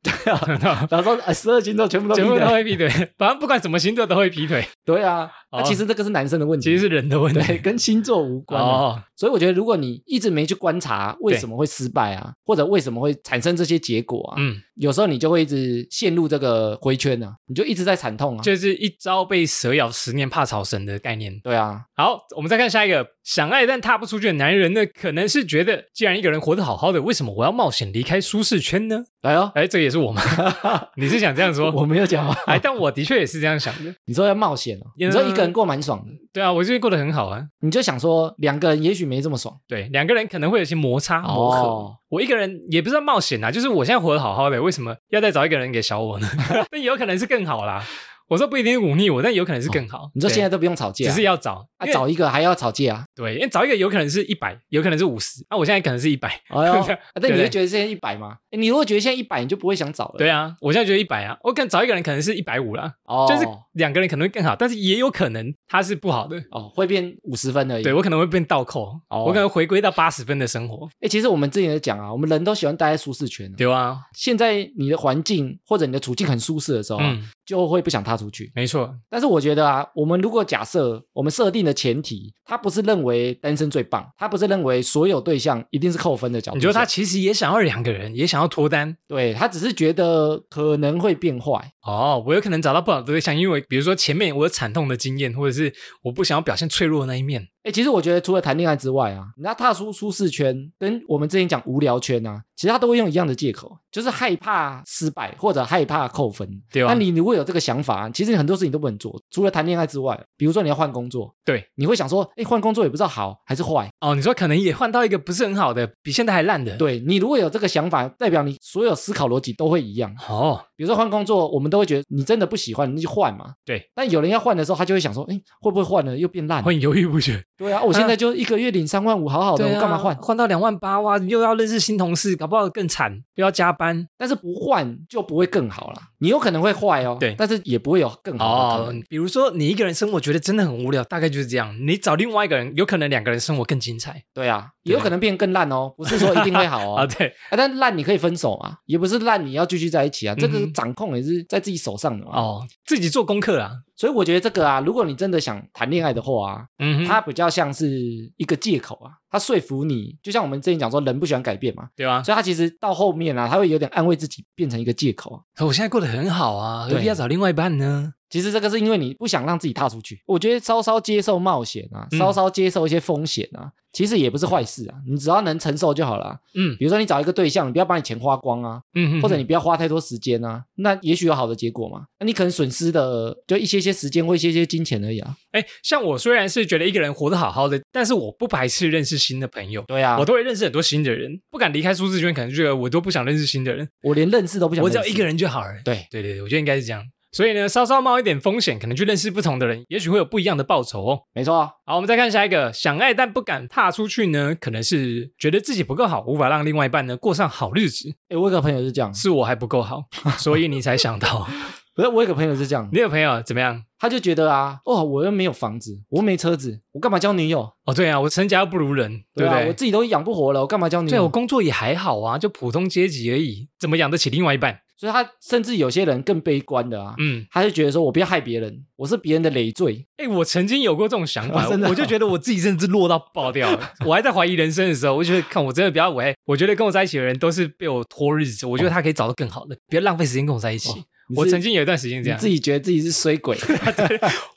然后说呃十二星座全部都劈
[laughs] 全部都
腿，
会劈
[laughs]
腿，反正不管什么星座都会劈腿，
对啊，那、
哦
其实这个是男生的问题，
其实是人的问
对
题。
跟星座无关、啊
哦，
所以我觉得如果你一直没去观察为什么会失败啊，或者为什么会产生这些结果啊，
嗯，
有时候你就会一直陷入这个回圈啊，你就一直在惨痛啊，
就是一朝被蛇咬，十年怕草绳的概念。
对啊，
好，我们再看下一个，想爱但踏不出去的男人呢，可能是觉得，既然一个人活得好好的，为什么我要冒险离开舒适圈呢？
来哦，
哎，这个也是我吗？ [laughs] 你是想这样说？
[laughs] 我没有讲啊，
哎，但我的确也是这样想的。
你说要冒险哦，
嗯
你说一个人过蛮爽的，
对啊，我最近过得很好啊。
你就想说两个人也许没这么爽，
对，两个人可能会有些摩擦磨合。
哦
我一个人也不是冒险啊，就是我现在活得好好的，为什么要再找一个人给小我呢？ [laughs] 但有可能是更好啦。我说不一定是忤逆我，但有可能是更好。
哦你说
对
现在都不用吵架
只
啊，
是要找，
啊
因为
找一个还要吵架啊，
对，因为找一个有可能是一百，有可能是五十，啊那我现在可能是一百。
哎呦，
[laughs] 对
啊但你
对
会觉得现在一百吗？诶你如果觉得现在一百，你就不会想找了。
对啊，我现在觉得一百啊，我可能找一个人可能是一百五啦，
哦，
就是两个人可能会更好，但是也有可能他是不好的。
哦，会变五十分而已。
对，我可能会变倒扣，
哦
我可能回归到八十分的生活，
哎，其实我们之前也讲啊，我们人都喜欢待在舒适圈、啊。
对吧？
现在你的环境或者你的处境很舒适的时候、啊，
嗯，
就会不想踏出去。
没错，
但是我觉得啊，我们如果假设我们设定的前提，它不是认为单身最棒，他不是认为所有对象一定是扣分的角度
你
想。
觉得他其实也想要两个人，也想要脱单
对他只是觉得可能会变坏，
哦。我有可能找到不好的对象，因为比如说前面我有惨痛的经验，或者是我不想要表现脆弱的那一面。
哎、其实我觉得除了谈恋爱之外啊，你要踏出舒适圈，跟我们之前讲无聊圈啊，其实他都会用一样的借口，就是害怕失败或者害怕扣分。
对啊
那你如果有这个想法，啊其实你很多事情都不能做，除了谈恋爱之外，比如说你要换工作，
对，
你会想说，哎、换工作也不知道好还是坏。
哦，你说可能也换到一个不是很好的，比现在还烂的。，
对你如果有这个想法，代表你所有思考逻辑都会一样。
哦，
比如说换工作，我们都会觉得你真的不喜欢，你就换嘛。
对。
但有人要换的时候，他就会想说，哎，会不会换了又变烂？
会犹豫不决。
对啊，我现在就一个月领三万五，好好的，
对啊
我干嘛换？
换到两万八哇？又要认识新同事，搞不好更惨，又要加班。
但是不换就不会更好啦。你有可能会坏哦，
对
但是也不会有更好的可
哦
能。，
比如说你一个人生活觉得真的很无聊，大概就是这样。你找另外一个人，有可能两个人生活更精彩
对啊，
对
也有可能变更烂哦，不是说一定会好
[laughs] 啊。
哦。
对，
啊但烂你可以分手啊，也不是烂你要继续在一起啊，这
嗯
个
哼
掌控也是在自己手上的嘛。
哦，自己做功课啦。
所以我觉得这个啊，如果你真的想谈恋爱的话啊，
嗯哼，
它比较像是一个借口啊，它说服你，就像我们之前讲说，人不喜欢改变嘛，
对吧？
所以他其实到后面啊，他会有点安慰自己，变成一个借口啊。
我现在过得很好啊，何
对
必要找另外一半呢？
其实这个是因为你不想让自己踏出去。我觉得稍稍接受冒险啊，
嗯
稍稍接受一些风险啊，其实也不是坏事啊。你只要能承受就好啦。
嗯
比如说你找一个对象，你不要把你钱花光啊，
嗯哼，
或者你不要花太多时间啊，那也许有好的结果嘛。那你可能损失的就一些些时间或一些些金钱而已啊。
哎，像我虽然是觉得一个人活得好好的，但是我不排斥认识新的朋友。
对啊，
我
我
都会认识很多新的人，不敢离开舒适圈，可能就觉得我都不想认识新的人，
我连认识都不想，
我只要一个。人就好了。
对，
对对对，我觉得应该是这样。所以呢，稍稍冒一点风险，可能去认识不同的人，也许会有不一样的报酬哦。
没错啊，
好，我们再看下一个，想爱但不敢踏出去呢，可能是觉得自己不够好，无法让另外一半呢过上好日子，
诶我有个朋友是这样，
是我还不够
[laughs]
好，所以你才想到。
不是我有个朋友是这样，
你有朋友怎么样？
他就觉得啊，哦，我又没有房子，我又没车子，我干嘛交女友？
哦，对啊，我身家又不如人，对
对
不
啊，
对？
我自己都养不活了，我干嘛交女友？
对我工作也还好啊，就普通阶级而已，怎么养得起另外一半？
所以他甚至有些人更悲观的啊，
嗯，
他就觉得说我不要害别人，我是别人的累赘。
哎，我曾经有过这种想法，
哦 [laughs] 真的哦
我就觉得我自己真的是弱到爆掉了。我还在怀疑人生的时候，我就觉得看我真的不要我，哎我觉得跟我在一起的人都是被我拖日子，我觉得他可以找到更好的，不要浪费时间跟我在一起。
哦你是
我曾经有一段时间这
你
样
自，己觉得自己是衰鬼，
[laughs]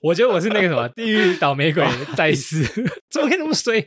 我觉得我是那个什么地狱倒霉
哦
鬼再
[laughs]
世，怎么可以那么衰？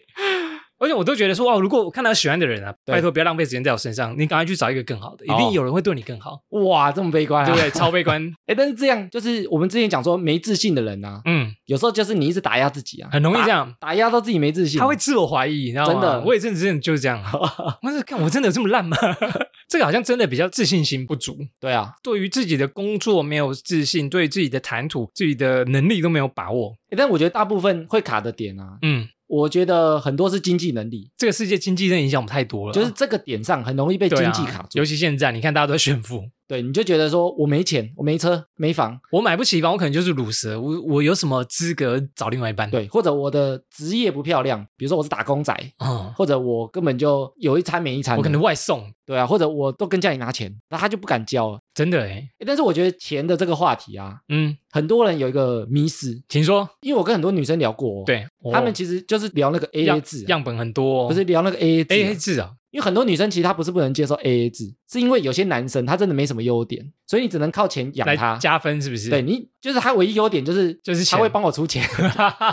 而且我都觉得说，哦，如果我看到喜欢的人啊，
对
拜托不要浪费时间在我身上，你赶快去找一个更好的，一
哦
定有人会对你更好，
哇，这么悲观啊！
对
[laughs]
不对？超悲观，
哎，但是这样就是我们之前讲说没自信的人啊，
嗯，
有时候就是你一直打压自己啊，
很容易这
[laughs]
样。
打压到自己没自信，
他会自我怀疑，你知道吗？
真的
我也真的真的就是这样。
[laughs]
我是看我真的有这么烂吗？ [laughs] 这个好像真的比较自信心不足，
对啊。
对于自己的工作没有自信，对自己的谈吐、自己的能力都没有把握。
诶哎但我觉得大部分会卡的点啊，
嗯，
我觉得很多是经济能力，
这个世界经济真的影响我们太多了，
就是这个点上很容易被
啊对
经
啊
济卡住。
尤其现在，你看大家都在炫富，
对，你就觉得说我没钱，我没车，没房，
我买不起房，我可能就是乳蛇，我我有什么资格找另外一半？，
对，或者我的职业不漂亮，比如说我是打工仔，
嗯，
或者我根本就有一餐没一餐的，
我可能外送，
对啊，或者我都跟家里拿钱，那他就不敢交了。
真的诶
诶但是我觉得钱的这个话题啊，
嗯，
很多人有一个迷失，
请说，
因为我跟很多女生聊过、哦，，
对，
他们
哦
其实就是聊那个 AA
样
制、啊，
样本很多哦，
不是聊那个 AA 制、
A
啊
A 制啊，
因为很多女生其实她不是不能接受 AA 制，是因为有些男生他真的没什么优点，所以你只能靠钱养
来
他。
加分是不是？
对你，就是他唯一优点就是
就是
他
钱
会帮我出钱。 [laughs]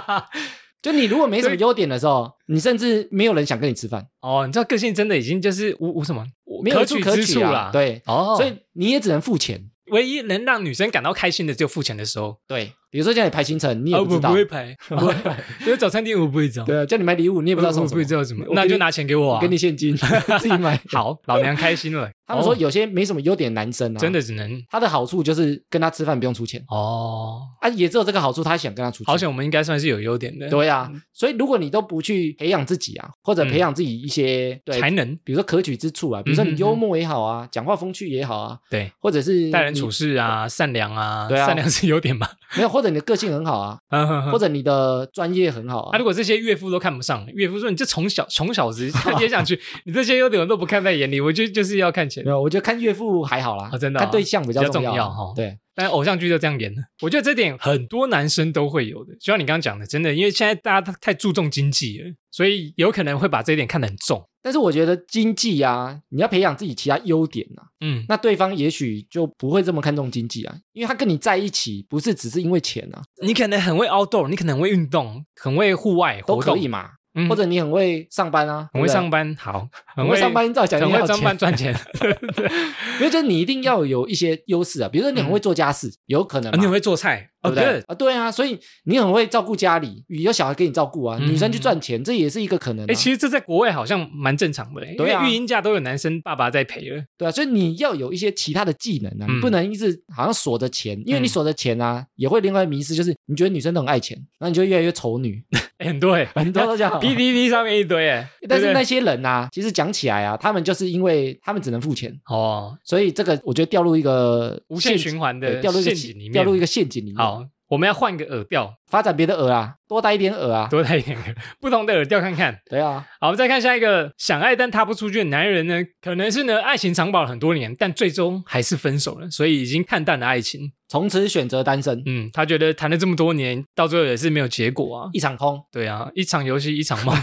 就你如果没什么优点的时候，你甚至没有人想跟你吃饭，
哦，你知道个性真的已经就是无无什么
没有
可
处
取
可
之
取
处
啊
啦。，
对，
哦，
所以你也只能付钱。
唯一能让女生感到开心的只有付钱的时候。
对，比如说叫你排行程，你也
啊，
不
我
知
不
道，
会排，我不会排就是早餐店我不会找，
[laughs] 对啊，叫你买礼物，你也
我
不知道送
我
什
不
么
会，知道什么
我，给
那就
你
拿钱给我
我
啊
给。你
[laughs]
现金，自己买。
好，老娘开心了。
他们说
哦
有些没什么优点的男生啊，
真的只能
他的好处就是跟他吃饭不用出钱
哦，
啊，也只有这个好处，他想跟他出去。
好嗯险我们应该算是有优点的，
[laughs] 对啊，所以如果你都不去培养自己啊，或者培养自己一些、对
嗯才，能
比如说可取之处啊，比如说
嗯
你
哼
幽默也好啊，讲话风趣也好啊，
对
或者是
待人处
你
事啊，善良啊，
对啊
善良是优点吧？
没有，或者你的个性很好啊，或
或
者你的专业很好
他嗯
啊
如。果这些岳父都看不上，岳父说你这穷小穷小子看跌上去，你这些优点我都不看在眼里，我就就是要看钱
没。有，我觉得看岳父还好啦，
哦真的哦
看对象比较
比较重
要啊
要哦
对，
但偶像剧就这样演了。我觉得这点很多男生都会有的，就像你刚刚讲的，真的，因为现在大家太注重经济了，所以有可能会把这一点看得很重。
但是我觉得经济啊，你要培养自己其他优点啊，
嗯，
那对方也许就不会这么看重经济啊，因为他跟你在一起不是只是因为钱啊，
你可能很会 outdoor，你可能会运动，很会户外
都
活动，
可以嘛。
嗯
或者你很会上班啊，
很会上
班，
班，好，
很会上，班，照讲
很
你
会
要
上班
钱，
赚钱，
[laughs] 因为就是你一定要有一些优势啊，比如说你很会做家事，有可能
嗯啊
嘛
你很会做菜，
对
哦，
不对
对，
啊？对啊，所以你很会照顾家里，有小孩给你照顾啊，
嗯
女生去赚钱，这也是一个可能、啊
哎，。其实这在国外好像蛮正常的，因
对
为
啊
育婴假都有男生爸爸在陪了，
对啊，所以你要有一些其他的技能啊，
嗯
你不能一直好像锁着钱，因为你
嗯
锁着钱啊，也会另外迷失，就是你觉得女生都很爱钱，然后你就越来越丑女，
哎，很多哎，
很多
[laughs]
都这样啊。
PPT 上面一堆哎，
但
对
是
不
那
对
些人啊，其实讲起来啊，他们就是因为他们只能付钱，
哦，
所以这个我觉得掉入一个
无限
陷
循环
对
的
掉入一个
陷阱里面，
掉入一个陷阱里面。，
好。我们要换个饵钓，
发展别的饵啊，多带一点饵
[laughs]
啊。
多带一点不同的饵钓看看。
对啊，
好，我们再看下一个，想爱但踏不出去的男人呢，可能是呢爱情长跑了很多年，但最终还是分手了，所以已经看淡了爱情。
从此选择单身，
嗯，他觉得谈了这么多年，到最后也是没有结果啊。
一场空，
对啊，一场游戏一
[laughs]
场梦。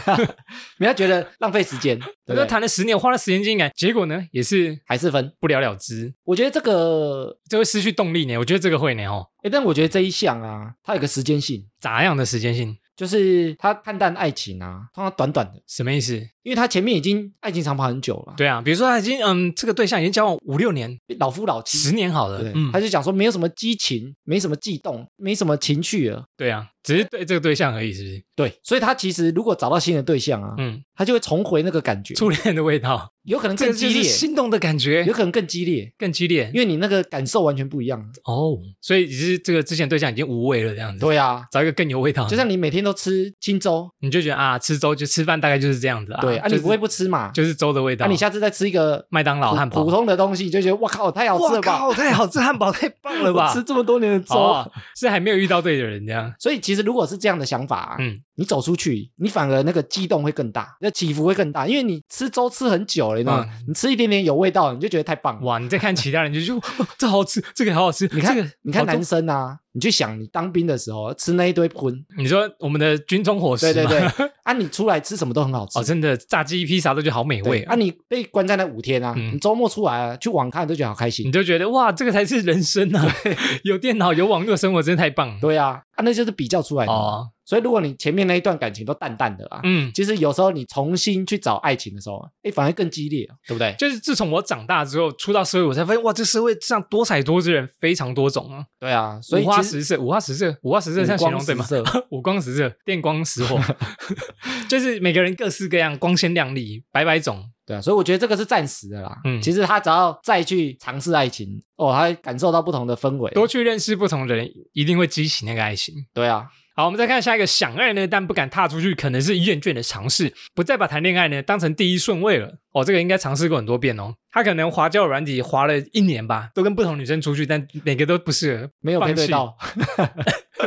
不要觉得浪费时间，对不
那
对？
谈了十年，花了时间进来，结果呢也是
还是分。
不了了之，
我觉得这个，
就会失去动力呢。我觉得这个会呢哦，
哎，但我觉得这一项啊，它有个时间性，
咋样的时间性？
就是它看淡爱情啊，通常短短的，
什么意思？
因为它前面已经爱情长跑很久了，
对啊，比如说他已经嗯，这个对象已经交往五六年、
老夫老
十
妻。
年好了，
对，
嗯
他，就讲说没有什么激情，没什么悸动，没什么情趣了。
对啊，只是对这个对象而已，是不是？
对，所以他其实如果找到新的对象啊，
嗯，
他就会重回那个感觉，
初恋的味道，
有可能
这
更
个
激
就是
烈，
心动的感觉
有，可能更激烈，
更激烈
因为你那个感受完全不一样。
哦。所以只是这个之前对象已经无味了，这样子，
对啊，
找一个更有味道的，
就像你每天都吃清粥，
你就觉得啊，吃粥就吃饭大概就是这样子啊，
对啊，
就是
你不会不吃嘛？
就是粥的味道。
啊，你下次再吃一个
麦当劳汉堡，
普普通的东西，你就觉得哇靠，太好吃了
哇
吧！
靠，太好吃，汉堡太棒了吧
[laughs] 我！吃这么多年的粥，
[laughs] 哦，是还没有遇到对的人这样。
所以其实如果是这样的想法、啊，
嗯，
你走出去，你反而那个激动会更大，那起伏会更大，因为你吃粥吃很久了，你知道吗？
嗯
你吃一点点有味道，你就觉得太棒了。
哇，你再看其他人就就、
[laughs]
哦、这好吃，这个好好吃，
你看，
这个
你看
好多
男生啊，你去想你当兵的时候吃那一堆荤，
你说我们的军中伙食
对
嘛，
对 [laughs] 对，啊，你出来吃什么都很好吃。
哦，真的炸鸡披萨都觉得好美
对
味
啊，
啊，
你被关在那五天啊，
嗯
你周末出来啊，去网咖你都觉得好开
你
心。
就觉得哇，这个才是人生啊！ [laughs] 有电脑有网络生活真的太棒了
对啊，啊，那就是比较出来的。
哦，
所以如果你前面那一段感情都淡淡的啊，
嗯。
其实有时候你重新去找爱情的时候啊，哎，反而更激烈啊，对不对？
就是自从我长大之后，出到社会，我才发现哇，这社会上多彩多姿的人非常多种啊，
对啊，所以
五花
其实
十色，五花十色，五花十色这样形容对吗？
五光十
[laughs] 五光十色，电光石
[laughs]
火，就是每个人各式各样，光鲜亮丽，百百种。
对啊，所以我觉得这个是暂时的啦。
嗯
其实他只要再去尝试爱情，哦，他会感受到不同的氛围。
多去认识不同的人，一定会激起那个爱情。
对啊，
好，我们再看下一个，想爱呢，但不敢踏出去，可能是厌倦的尝试，不再把谈恋爱呢当成第一顺位了。哦，这个应该尝试过很多遍哦。他可能滑交友软体滑了一年吧，都跟不同女生出去，但每个都不适合。
没有配
放
对
弃
到， [laughs]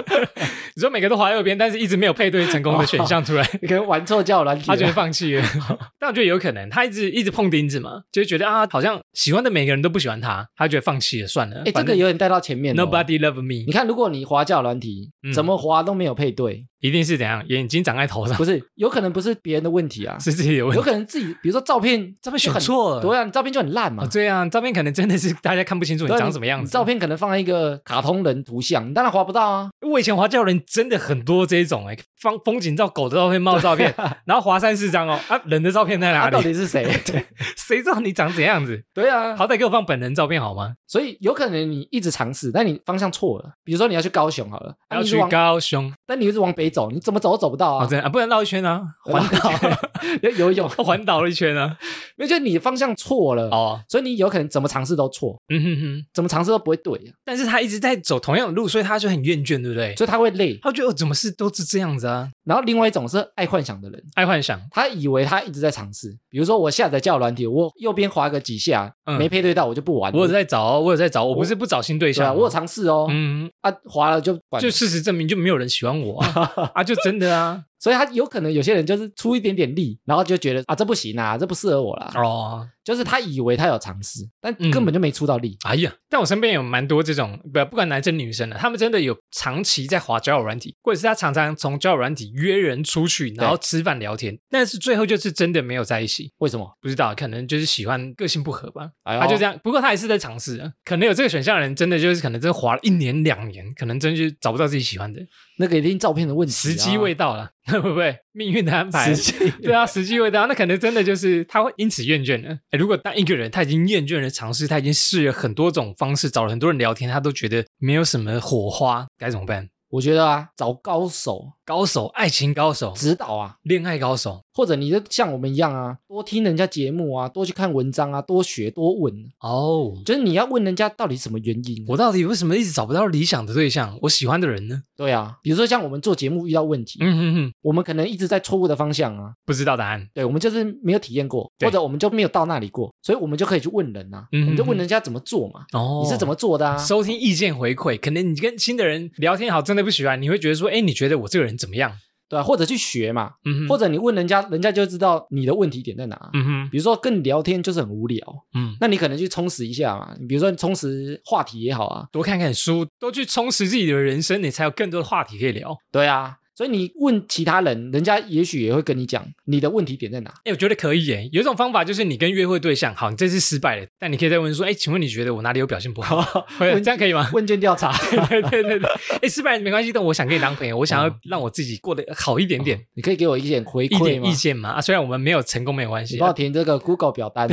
[laughs] 你说每个都滑右边，但是一直没有配对成功的选项出来，
你可能玩错交友软体
[laughs] 他觉得
了。
放弃了。
啊
[laughs] 但我觉得有可能，他一直一直碰钉子嘛，就觉得啊，好像喜欢的每个人都不喜欢他，他觉得放弃了，算了。
哎，这个有点带到前面了哦。
Nobody love me，
你看，如果你滑交友软体，
嗯
怎么滑都没有配对，
一定是怎样，眼睛长在头上，
不是有可能不是别人的问题
[laughs]
啊，
是自己的问
有
题。
可能自己，比如说照片
照片
就
选
很，
错了，
对啊，你照片就很烂嘛
[laughs] 哦，。对啊，照片可能真的是大家看不清楚你
对啊
长什么样
你
子。
照，片可能放在一个卡通人图像，你当然滑不到啊。
我以前滑教人真的很多这一种哎、放风景照、狗的照片、猫的照
[laughs]
片，然后滑三四张哦，啊，人的照片在哪
啊，到
里？
底是谁？
[laughs] 谁知道你长怎样子？
对啊，
好歹给我放本人照片好吗？
所以有可能你一直尝试，但你方向错了。比如说你要去高雄好了，啊
要
你一直
去
往
高雄，
但你一直往北走，你怎么走都走不到
哦，
啊！
真的啊，不能绕一圈 [laughs] 啊，环岛，
[laughs] 有有一种，
环岛了一圈啊。
因为就是你方向错了，
哦，
所以你有可能怎么尝试都错，
嗯哼哼。
怎么尝试都不会对，啊
但是他一直在走同样的路，所以他就很厌倦，对不对？
所以他会累。
他觉得哦我怎么是都是这样子啊，
然后另外一种是爱幻想的人，
爱幻想。
他以为他一直在尝试，比如说我下载交友软体，我右边滑个几下、
嗯
没配对到，我就不玩了。
我有在找哦，我有在找，我不是不找新对
对
象
啊，
哦，
我有尝试哦，
嗯，
啊，滑了就
[laughs]
管
就事实证明就没有人喜欢我啊，啊就真的啊，
所以他有可能有些人就是出一点点力，然后就觉得啊这不行啊，这不适合我啦，
哦，
就是他以为他有尝试，但
嗯
根本就没出到力。
哎呀，但我身边有蛮多这种，不不管男生女生的，他们真的有长期在滑交友软体，或者是他常常从交友软体约人出去，然后吃饭聊天，但是最后就是真的没有在一起。
为什么？
不知道，可能就是喜欢个性不合吧，啊
哎呦
他就这样。不过他还是在尝试啊，可能有这个选项的人，真的就是可能真的滑了一年两年，可能真就是找不到自己喜欢的，
那个一定照片的问题、啊，
时机未到了， [laughs] 会不会命运的安排？
时机 [laughs]
[laughs] 对啊，时机未到，那可能真的就是他会因此厌倦了。诶如果当一个人他已经厌倦了尝试，他已经试了很多种方式，找了很多人聊天，他都觉得没有什么火花，该怎么办？
我觉得啊，找高手
高手，爱情高手，
指导啊，
恋爱高手
或者你就像我们一样啊，多听人家节目啊，多去看文章啊，多学多问，
哦。
就是你要问人家到底什么原因。
我到底为什么一直找不到理想的对象，我喜欢的人呢？
对啊，比如说像我们做节目遇到问题，
嗯哼哼，
我们可能一直在错误的方向啊，
不知道答案。
对我们就是没有体验过，
对
或者我们就没有到那里过，所以我们就可以去问人啊，
嗯
我们就
嗯
问
嗯
人家怎么做嘛，
哦
你是怎么做的啊？
收听意见回馈？可能你跟新的人聊天好，真的不喜欢，你会觉得说，哎，你觉得我这个人怎么样？
对啊，或者去学嘛，
嗯哼，
或者你问人家，人家就知道你的问题点在哪。
嗯哼，
比如说跟你聊天就是很无聊，
嗯，
那你可能去充实一下嘛，比如说你充实话题也好啊，
多看看书，多去充实自己的人生，你才有更多的话题可以聊。
对啊，所以你问其他人，人家也许也会跟你讲你的问题点在哪。
[laughs] 哎，我觉得可以耶。有一种方法就是你跟约会对象，好，你这次失败了，但你可以再问说，哎，请问你觉得我哪里有表现不好？会啊
问
这样可以吗？
问卷调查，
哦 [laughs] 对对对对， [laughs] 嗯哎，失败了没关系，但我想跟你当朋友，我想要让我自己过得好一点点，
[laughs] 你可以给我一点回
一
馈
点
吗
意？见嘛。啊，虽然我们没有成功没有关
你
系
帮我
啊，
填这个 Google
[laughs]
表单，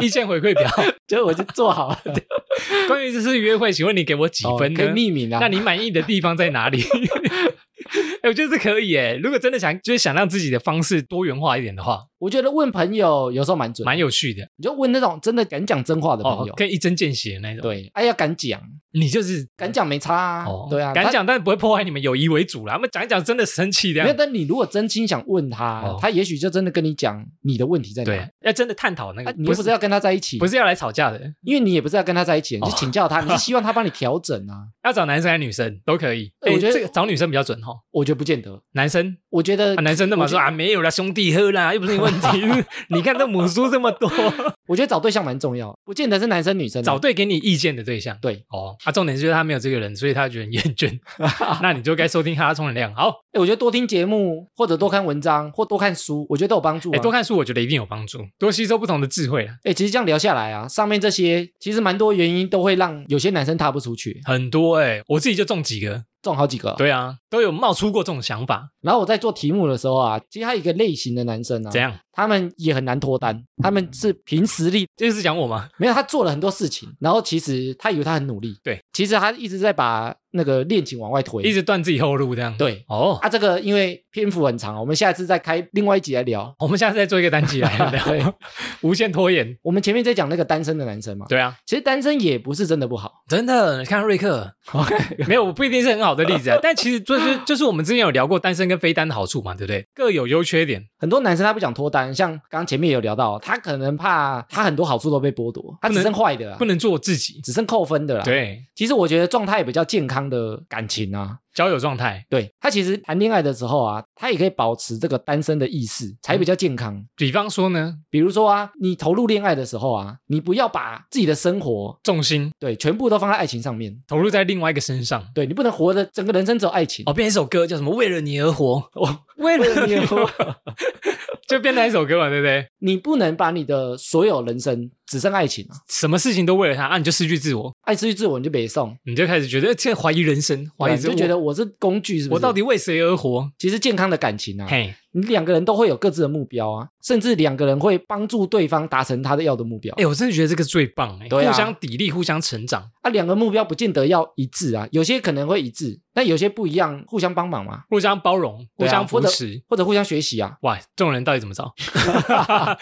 意见回馈 [laughs] 表。
就我就做 [laughs] 好了。
关于这次约会，请问你给我几
哦
分
可
呢？
以匿名啊。
那你满意的地方在哪里？ [laughs] 哎、我觉得这可以耶。如果真的想，就是想让自己的方式多元化一点的话，
我觉得问朋友有时候蛮准，
蛮有趣的
你就问那种真的敢讲真话的朋
哦
友，。
可以一针见血的那种。，
对，哎、要敢讲，
你就是
敢讲没差啊。
哦，
对啊，
敢
他。
讲，但不会破坏你们友谊为主啦。他们讲一讲，真的生气这
没有，
样。
但你如果真心想问他，
哦
他也许就真的跟你讲你的问题在哪。
对，啊要真的探讨那个，
啊你又不是要跟他在一起，
不是要来吵架的，
因为你也不是要跟他在一起，你
哦
就请教
[laughs]
他，你是希望他帮你调整啊？
要找男生还是女生都可以。
哎
哎
我觉得
这个找女生比较准哈，
我觉得不见得，
男生
我觉得
啊，男生那么
呃我觉
说啊，没有啦，兄弟喝啦，又不是你问题。
[laughs]
[laughs] 你看这母猪这么多，
我觉得找对象蛮重要，不见得是男生女生啊、
找对给你意见的对象。
对，
哦，啊，重点就是他没有这个人，所以他觉得很厌倦。 [laughs] 那你就该收听哈拉充能量。好，
哎，我觉得多听节目或者多看文章或多看书，我觉得都有帮助、啊。
哎，多看书我觉得一定有帮助，多吸收不同的智慧啊，
哎，其实这样聊下来啊，上面这些其实蛮多原因都会让有些男生踏不出去，
很多哎、我自己就中几个。
中好几个。，
对啊，都有冒出过这种想法。
然后我在做题目的时候啊，其实还有一个类型的男生啊
怎，样？
他们也很难脱单，他们是凭实力，
这就是讲我吗？
没有他做了很多事情，然后其实他以为他很努力，
对，
其实他一直在把那个恋情往外推，
一直断自己后路这样。，
对。
哦，
啊，这个因为篇幅很长，我们下次再开另外一集来聊。
我们下次再做一个单 [laughs] 集来
对
聊，无限拖延。
我们前面在讲那个单身的男生嘛，
对啊，
其实单身也不是真的不好。
真的，你看瑞克，没有不一定是很好的例子 [laughs] 啊，但其实就是就是我们之前有聊过单身跟非单的好处嘛，对不对？各有优缺点，
很多男生他不想脱单，像刚刚前面也有聊到，他可能怕他很多好处都被剥夺，他只剩坏的啦啊
不，能做自己。
只剩扣分的啦。，
对，
其实我觉得状态比较健康的感情啊，
交友状态
对他其实谈恋爱的时候啊，他也可以保持这个单身的意识，
嗯
才比较健康。
比方说呢，
比如说啊，你投入恋爱的时候啊，你不要把自己的生活
重心
对全部都放在爱情上面，
投入在另外一个身上。
对你不能活的整个人生只有爱情。
哦，变一首歌叫什么？为了你而活，哦，为了你而 [laughs] 活，就变成一首歌嘛，对不对？
你不能把你的所有人生只剩爱情啊，
什么事情都为了他，啊，你就失去自我，
爱失去自我你就别送，
你就开始觉得哎这怀疑人生，怀疑
啊你就
自
觉得我是工具，是不
我
是？
到底为谁而活？
其实健康的感情啊，
嘿，
你两个人都会有各自的目标啊，甚至两个人会帮助对方达成他的要的目标。
哎，我真的觉得这个最棒，哎，
对啊
互相砥砺，互相成长，
啊，两个目标不见得要一致啊，有些可能会一致，但有些不一样，互相帮忙嘛，
互相包容，互
对啊
相扶
或者
持。
或者互相学习啊。
哇，这种人到底怎么
[laughs]
找？ [laughs] 呃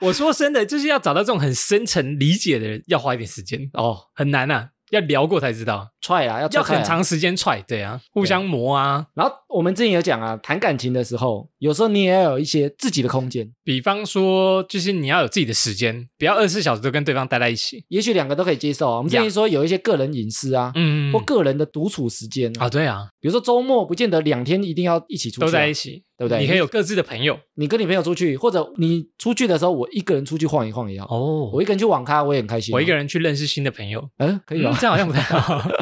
我说真的，就是要找到这种很深层理解的人，要花一点时间，
哦，
很难啊，要聊过才知道。
踹啊，要踹
要
踹啊
很长时间踹，对啊，互相磨啊。
然后我们之前有讲啊，谈感情的时候，有时候你也要有一些自己的空间。
比方说，就是你要有自己的时间，不要二十四小时都跟对方待在一起。
也许两个都可以接受啊。我们之前
Yeah
说有一些个人隐私啊，
嗯，
或个人的独处时间
啊，
啊，
对啊，
比如说周末不见得两天一定要一起出去啊、
都在一起，
对不对
你可以有各自的朋友
你跟你朋友出去，或者你出去的时候，我一个人出去晃一晃也好。
哦
我
我
一个人去网咖，我也很开心啊、
我一个人去认识新的朋友，
嗯，可以吧
嗯？这样好像不太
[laughs]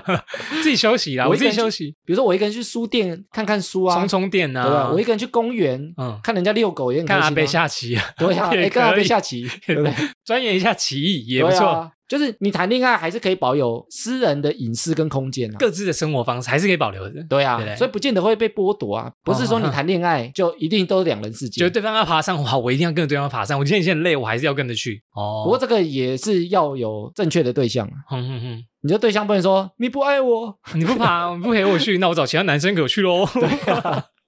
好，自己休息啦，
我
我
一个
自己
人去
休息，
比如说我一个人去书店看看书啊，
充充电
对吧？
啊
我，一个人去公园、
嗯，
看人家遛狗也很开
看
心、啊。
阿贝，下棋啊， [laughs]
对啊，
也
哎，跟阿
可
贝
以
下棋，对不对？
钻研一下棋艺也不
对
错，
啊。就是你谈恋爱还是可以保有私人的隐私跟空间啊。
各自的生活方式还是可以保留的。
对啊，
对不对哦
所以不见得会被剥夺啊。不是说你谈恋爱就一定都是两人世界。
觉得对方要爬山，哇，我一定要跟着对方爬山。我今天已经很累，我还是要跟着去。哦，
不过这个也是要有正确的对象啊。
哼哼哼，
你这对象不能说你不爱我，
你不爬，你不陪我去，那我找其他男生给我去喽。对
啊
[laughs]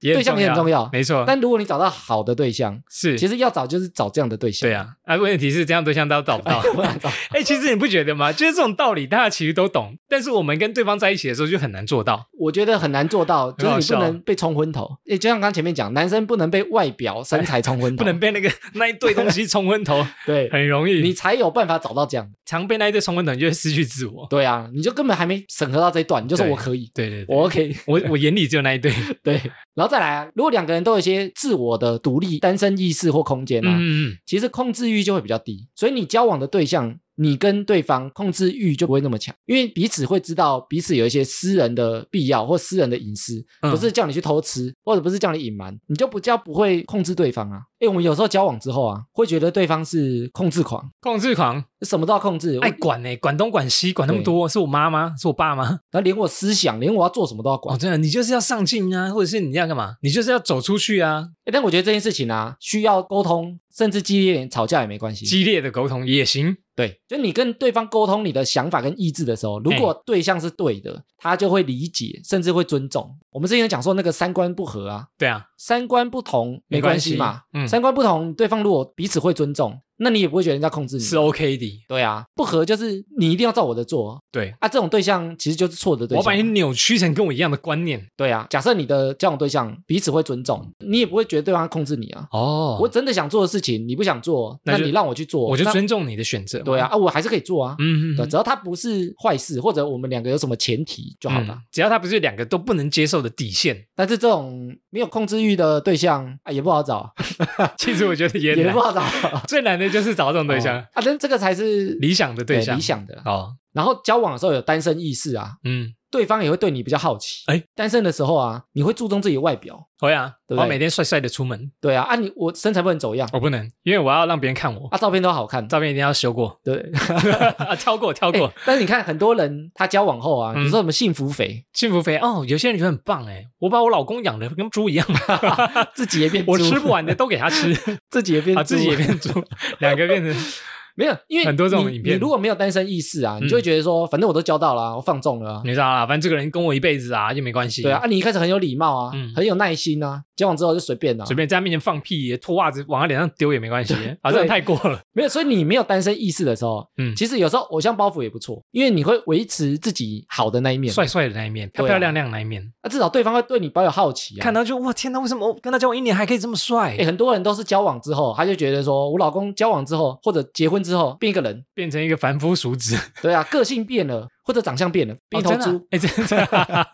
也
对象也很重要
没错。
但如果你找到好的对象，
是，
其实要找就是找这样的对象。
对，啊，啊，问题是这样对象都找不到。
[laughs] 不然找
[laughs] 哎、其实你不觉得吗？就是这种道理，大家其实都懂，但是我们跟对方在一起的时候就很难做到。
我觉得很难
[laughs]
做到，就
很好
是你
笑
不能被冲昏头。也就像刚前面讲，男生不能被外表身材冲昏头，
[laughs] 不能被那
[laughs]
个那一堆东西冲昏头，[laughs]
对，
很容易。
你
你
才有办法找到这样的。
常被那一堆冲昏头，你就会失去自我。
对啊，你就根本还没审核到这一段，你就说
对
我可以，
对对对，
我 OK，
我我眼里只有那一堆。
对，然后再来啊，如果两个人都有一些自我的独立、单身意识或空间啊，
嗯嗯，嗯
其实控制欲就会比较低，所以你交往的对象，你跟对方控制欲就不会那么强，因为彼此会知道彼此有一些私人的必要或私人的隐私，
嗯
不是叫你去偷吃，或者不是叫你隐瞒，你就不叫不会控制对方啊。诶，我们有时候交往之后啊，会觉得对方是控制狂，
控制狂
什么都要控制，我
爱管呢、管东管西，管那么
对
多，是我妈吗？是我爸吗？
然后连我思想，连我要做什么都要管
哦，。真的，你就是要上进啊，或者是你要干嘛？你就是要走出去啊！
诶但我觉得这件事情啊，需要沟通，甚至激烈吵架也没关系。
激烈的沟通也行，
对，就你跟对方沟通你的想法跟意志的时候，如
哎
果对象是对的，他就会理解，甚至会尊重。我们之前有讲说那个三观不合啊，
对啊，
三观不同没
没关
关
系
系嘛，
嗯
三观不同，对方如果彼此会尊重，那你也不会觉得人家控制你。
是哦 OK 的。
对啊，不合就是你一定要照我的做
对，
啊，这种对象其实就是啊错的对
我要把你
象。
扭曲成跟我一样的观念。
对啊，假设你的交往对象彼此会尊重，你也不会觉得对方控制你啊。
哦
我真的想做的事情，你不想做，
那
那
就
你让我去做，
我就
那
尊重你的选择。
对啊，，啊，我还是可以做啊。
嗯，嗯
对，
嗯
只要它不是坏事，或者我们两个有什么前提就好了。
嗯只要他不是两个都不能接受的底线， [laughs]
但是这种没有控制欲的对象啊，也不
[laughs]
好找，
其实我觉得也
也
难
不。好找。
最难的就是找这 [laughs] 种对象
哦，啊，但这个才是
理想的对象，
理想的。
哦，
然后交往的时候有单身意识啊，
嗯，
对方也会对你比较好奇。
哎，
单身的时候啊，你会注重自己的外表，
会啊，
对不对
我要每天帅帅的出门，
对啊，啊你我身材不能走样
我不能，因为我要让别人看我，
啊，照片都好看，
照片一定要修
[laughs]
过， [laughs]
对。
啊挑过挑
哎
过，
但是你看很多人他交往后啊，
嗯
比如说什么幸福肥，
幸福肥哦，有些人觉得很棒哎，我把我老公养的跟猪一样， [laughs]
自己也变猪，
我吃不完的都给他吃，
[laughs] 自己也变
啊，
猪，
自己也变猪， [laughs] 两个变成
没有，因为
很多这种
你
影片
你如果没有单身意识啊，
嗯
你就会觉得说，反正我都交到了啊，我放纵了啊。
没啥啦，反正这个人跟我一辈子啊，也没关系，
对啊，，啊，你一开始很有礼貌啊，
嗯
很有耐心啊，交往之后就随便啊，
随便在他面前放屁，脱袜子往他脸上丢也没关系，好像
对
太过了。
没有，所以你没有单身意识的时候，
嗯
其实有时候偶像包袱也不错，因为你会维持自己好的那一面，
帅帅的那一面，漂
对啊
漂亮亮的那一面，
啊，至少对方会对你抱有好奇啊。哎
看到就哇天哪，为什么我跟他交往一年还可以这么帅
诶，？很多人都是交往之后，他就觉得说我老公交往之后或者结婚之后变一个人，
变成一个凡夫俗子，
对啊，个性变了或者长相变了， [laughs] 变一头
哦
猪，，
真的啊哎、真的啊。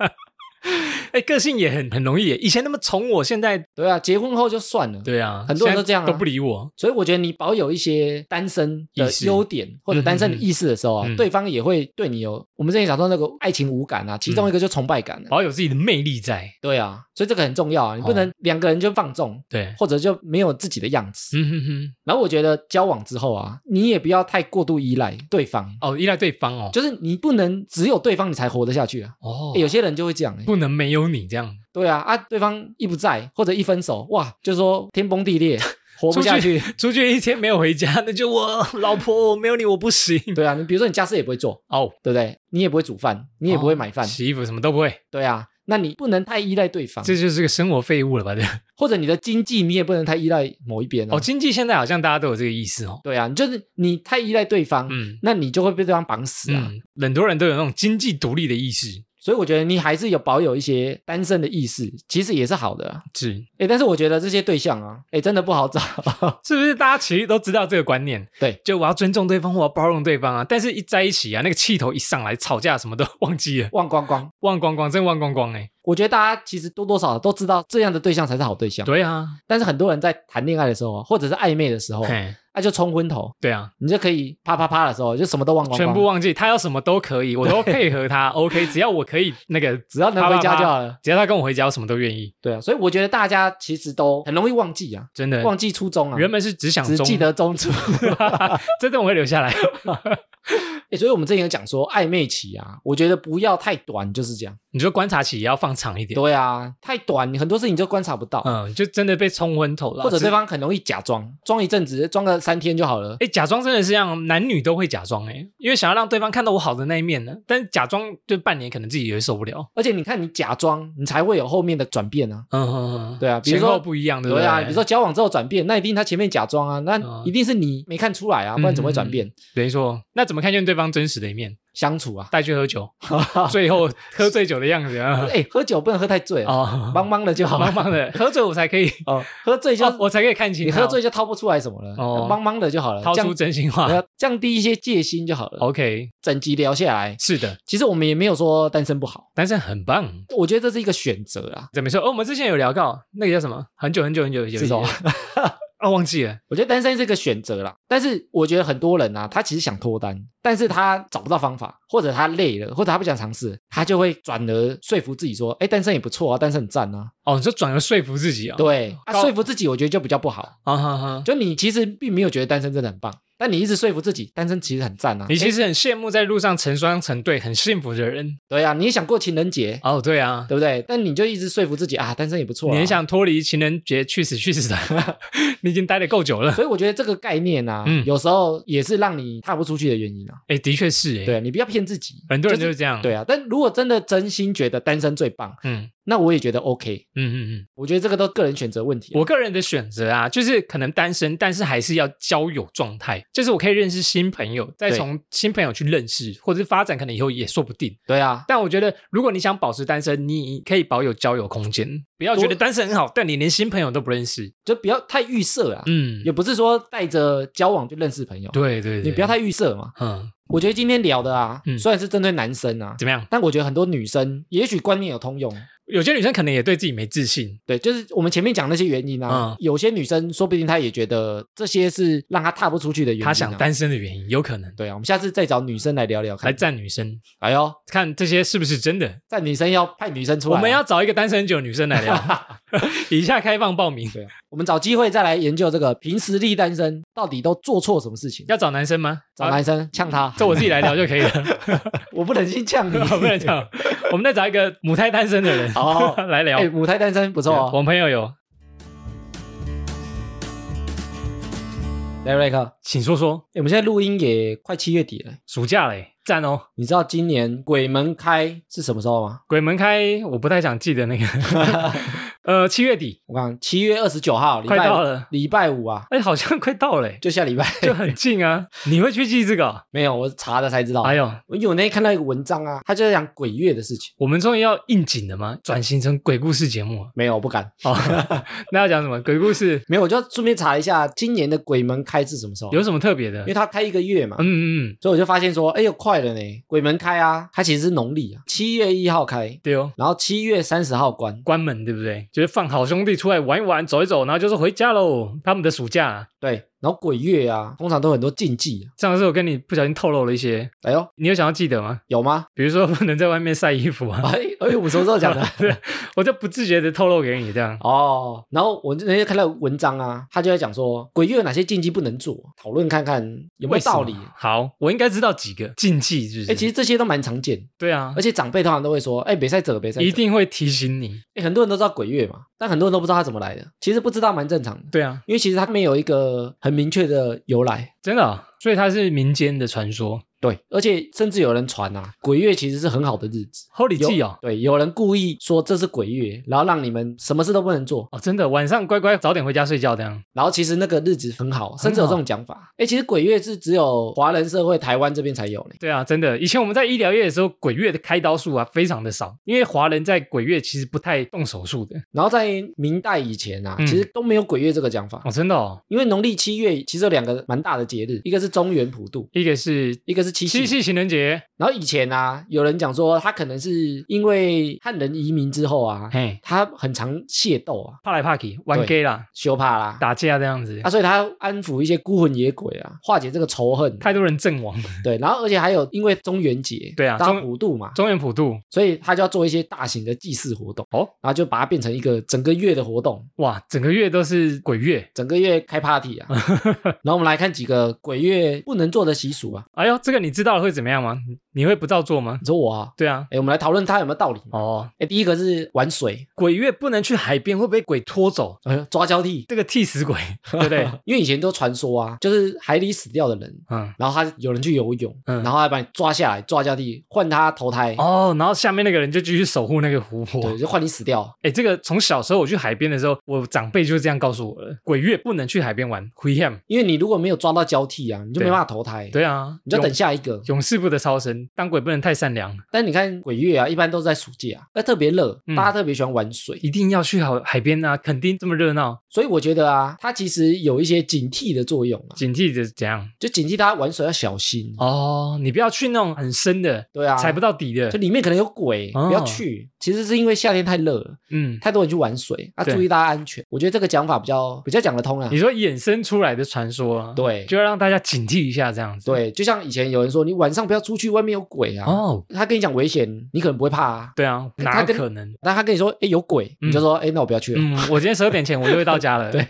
哎，个性也很很容易耶，以前那么宠我，现
[laughs]
在
对啊，结婚后就算了，
对啊，
很多人都
现在
这样啊
都不理我，
所以我觉得你保有一些单身
意
的
识嗯
优点或者单身的意识的时候啊，
嗯嗯嗯
对方也会对你有我们之前讲到那个爱情无感啊，其
嗯
中一个就崇拜感、啊。
保有自己的魅力在。
对啊，所以这个很重要啊，你不
哦
能两个人就放纵，
对，
或者就没有自己的样子。
嗯哼哼，
然后我觉得交往之后啊，你也不要太过度依赖对方，
哦，依赖对方哦，
就是你不能只有对方你才活得下去啊。
哦
诶有些人就会这样、欸，
不能没有你这样，
对啊，啊，对方一不在或者一分手，哇，就说天崩
[laughs]
地裂，活不下去。 [laughs]
出去一天没有回家，那就我老婆，我没有你我不行。
对啊，你比如说你家事也不会做，
哦，
对不对？你也不会煮饭，你也不会买饭，
洗衣服什么都不会，
对啊，那你不能太依赖对方，
这就是个生活废物了吧？这个
或者你的经济你也不能太依赖某一边、啊、
哦，经济现在好像大家都有这个意思哦。
对啊，就是你太依赖对方，
嗯
那你就会被对方绑死啊。
嗯，很多人都有那种经济独立的意识，
所以我觉得你还是有保有一些单身的意识，其实也是好的、啊。
是
哎，但是我觉得这些对象啊，哎，真的不好找。 [laughs]
是不是？大家其实都知道这个观念，
对，
就我要尊重对方，我要包容对方啊。但是一在一起啊，那个气头一上来，吵架什么都 [laughs] 忘记了，
忘光光。
忘光光，真忘光光哎、
我觉得大家其实多多少少都知道这样的对象才是好对象，
对啊，
但是很多人在谈恋爱的时候啊，或者是暧昧的时候啊，
嘿，
那、就冲昏头，
对啊，
你就可以啪啪啪的时候就什么都忘光光，
全部忘记，他要什么都可以，我都配合
[laughs]
他，OK，只要我可以那个，
只要能回家就好了。
只要他跟我回家，我什么都愿意，
对啊，所以我觉得大家其实都很容易忘记啊，
真的。
忘记初衷啊，
原本是只想
只
中，
记得
[laughs]
中初。
这段我会留下来。
[laughs] 欸所以我们之前有讲说暧昧期啊，我觉得不要太短，就是这样。
你说观察期也要放长一点，
对啊，太短很多事情就观察不到，
嗯，就真的被冲昏头了，
或者对
方
方很容易假装，装一阵子，装个三天就好了。
哎、假装真的是这样，男女都会假装哎、因为想要让对方看到我好的那一面呢，但假装就半年，可能自己也会受不了。
而且你看，你假装，你才会有后面的转变啊。
嗯嗯，嗯
对啊比如
前
说
后不一样，对不
对啊，
对
比如说交往之后转变，那一定他前面假装啊，那
嗯
一定是你没看出来啊，不然怎么会转变？
没错，那怎么看见对方真实的一面？
相
[laughs]
处啊，
带去喝酒，
哦
最后喝醉酒的样子啊，
哎，喝酒不能喝太醉啊，
哦， [laughs]
茫茫的就好，
茫茫的，喝醉我才可以，
哦，喝醉就
哦我才可以看清
你
他
喝醉就掏不出来什么了，
哦
茫茫的就好了，
掏
降
出真心话。
呃降低一些戒心就好了。
OK，
整集聊下来，
是的，
其实我们也没有说单身不好，
男生很棒。
我觉得这是一个选择啊。
怎么说？哦，我们之前有聊到那个叫什么？很久很久很久以前
是什么 [laughs]
哦，忘记了。
我觉得单身是一个选择啦，但是我觉得很多人啊，他其实想脱单，但是他找不到方法，或者他累了，或者他不想尝试，他就会转而说服自己说，哎，单身也不错啊，单身很赞啊。
哦，你说转而说服自己啊、哦？
对，啊、
高
说服自己，我觉得就比较不好。
啊哈哈。
就你其实并没有觉得单身真的很棒，但你一直说服自己单身其实很赞啊。
你其实很羡慕在路上成双成对、很幸福的人。
对啊，你也想过情人节，
哦，对啊，
对不对？但你就一直说服自己啊，单身也不错、啊。
你很想脱离情人节，去死去死
[laughs]
的，你已经待的够久了。
所以我觉得这个概念啊，
嗯
有时候也是让你踏不出去的原因啊。
哎，的确是哎，
对啊，你不要骗自己，
很多人
就
就是是这样。
对啊。但如果真的真心觉得单身最棒，
嗯
那我也觉得 OK。
嗯嗯嗯，
我觉得这个都个人选择问题啊、
我个人的选择啊，就是可能单身，但是还是要交友状态，就是我可以认识新朋友，再
对
从新朋友去认识，或者是发展，可能以后也说不定。
对啊，
但我觉得，如果你想保持单身，你可以保有交友空间，不要觉得单身很好，但你连新朋友都不认识。
就不要太预设啊，
嗯，
也不是说带着交往就认识朋友，
对对对，
你不要太预设嘛。
嗯，
我觉得今天聊的啊，
嗯
虽然是针对男生啊，
怎么样？
但我觉得很多女生也许观念有通用。
有些女生可能也对自己没自信，
对，就是我们前面讲那些原因啊，
嗯
有些女生说不定她也觉得这些是让她踏不出去的原因、啊。
她想。单身的原因，有可能
对啊，我们下次再找女生来聊聊
来
看。
赞女生，
哎呦，
看这些是不是真的。
在女生要派女生出来
我
啊、
们要找一个单身很久的女生来聊，
[laughs]
[laughs] 以下开放报名。
对啊，我们找机会再来研究这个凭实力单身到底都做错什么事情。
要找男生吗？
找男生呛他
啊，这我自己来聊就可以了，
[laughs] 我不忍心呛你。
[laughs] 我不能讲。我们再找一个母胎单身的人
好
[laughs] 来聊
哎、。母胎单身不错哦。
我朋友有，
来瑞克，哎
请说说，
我们现在录音也快七月底了，
暑假嘞，赞哦。
你知道今年鬼门开是什么时候吗？
鬼门开，我不太想记
[laughs]
得那个，呃，七月底，
我看七月二十九号，礼
快
拜
到
五，
了，
礼拜五啊，
哎，好像 [laughs] 快到了，
就下礼拜。 [laughs]
就很近啊。你会去记这个哦？
没有，我查了才知道。
哎呦，
我有那天看到一个文章啊，他就在讲鬼月的事情。
我们终于要应景了吗？转型成鬼故事节目了啊
没有，我不敢。 [laughs]
哦。那要讲什么鬼故事？
没有，我就顺便查一下今年的鬼门开是什么时候，啊
有什么特别的
因？为它开一个月嘛。
嗯嗯嗯，
所以我就发现说，哎呦，快了呢！鬼门开啊，它其实是农历啊，七月一号开，
对哦，
然后七月三十号关。
关门对不对？就是放好兄弟出来玩一玩，走一走，然后就是回家喽。他们的暑假啊，
对，然后鬼月啊，通常都很多禁忌啊。
上次我跟你不小心透露了一些，
哎呦，
你有想要记得吗？
有吗？ [laughs]
比如说不能在外面晒衣服啊，
哎哎，我什么时候讲的？ [laughs]
对， [laughs] 我就不自觉的透露给你这样。
哦，然后我那天看到文章啊，他就在讲说鬼月有哪些禁忌不能做，讨论看看有没有道理
为什。么啊好，我应该知道几个禁忌，是不是？
哎，其实这些都蛮常见，
对啊
而，且长辈通常都会说，哎，别赛者，别赛
一
者。
定会提醒你。
哎，很多人都知道鬼月嘛，但很多人都不知道它怎么来的。其实不知道蛮正常的，
对啊，
因为其实它没有一个很明确的由来。
真的哦、所以它是民间的传说。
对，而且甚至有人传啊，鬼月其实是很好的日子。
Holy
有
记哦，
对，有人故意说这是鬼月，然后让你们什么事都不能做，
哦，真的晚上乖乖早点回家睡觉这样。
然后其实那个日子很好，甚至有这种讲法。哎，其实鬼月是只有华人社会台湾这边才有呢。
对啊，真的，以前我们在医疗业的时候，鬼月的开刀数啊非常的少，因为华人在鬼月其实不太动手术的。
然后在明代以前啊，
嗯
其实都没有鬼月这个讲法，
哦，真的哦，
因为农历七月其实有两个蛮大的节日，一个是中原普渡，
一个是
一个是七夕。
七夕情人节，
然后以前啊，有人讲说他可能是因为汉人移民之后啊，
嘿，
他很常械斗啊，
怕来怕去玩
对
gay 啦，
羞怕啦，
打架这样子
啊，，所以他要安抚一些孤魂野鬼啊，化解这个仇恨。
太多人阵亡。 [laughs]
对，然后而且还有因为中元节，
对啊
当
中
普渡嘛，
中原普渡，
所以他就要做一些大型的祭祀活动，
哦，
然后就把它变成一个整个月的活动，
哇，整个月都是鬼月。
整个月开 party
[laughs]
啊。然后我们来看几个鬼月不能做的习俗啊。
哎呦，这个你知道了会怎么样吗？你你会不照做吗
你？说我啊，
对啊，
哎，我们来讨论它有没有道理。
哦，
哎，第一个是玩水，
鬼月不能去海边，会被鬼拖走，
哎呦，抓交替，
这个替死鬼，对不 [laughs] 对？
因为以前都传说啊，就是海里死掉的人，
嗯，
然后他有人去游泳，
嗯
然后还把你抓下来，抓交替换他投胎，
哦，然后下面那个人就继续守护那个湖泊，
对，就换你死掉。
哎，这个从小时候我去海边的时候，我长辈就这样告诉我了：鬼月不能去海边玩，危险。
因为你如果没有抓到交替啊，你就没
对
办法投胎，
对啊，
你就等
永
下一个。
永世不得超生，当鬼不能太善良，
但你看鬼月啊，一般都是在暑假、啊，那特别热，
嗯
大家特别喜欢玩水，
一定要去好海边啊！垦丁这么热闹，
所以我觉得啊，它其实有一些警惕的作用啊，
警惕着怎样？
就警惕大家玩水要小心。
哦，你不要去那种很深的，
对啊，
踩不到底的
就。里面可能有鬼，
哦
不要去。其实是因为夏天太热了，
嗯，
太多人去玩水，啊，
对
注意大家安全。我觉得这个讲法比较比较讲得通啊
你。说衍生出来的传说啊，，
对
就要让大家警惕一下这样子。，
对，就像以前有人说，你晚上不要出去，外面有鬼啊。
哦，
他跟你讲危险，你可能不会怕啊。
对啊，
他
哪有
跟
可能？
但他跟你说，哎，有鬼，
嗯
你就说，哎，那我不要去了。
嗯，我今天十二点前我就会到家 [laughs] 了，
对，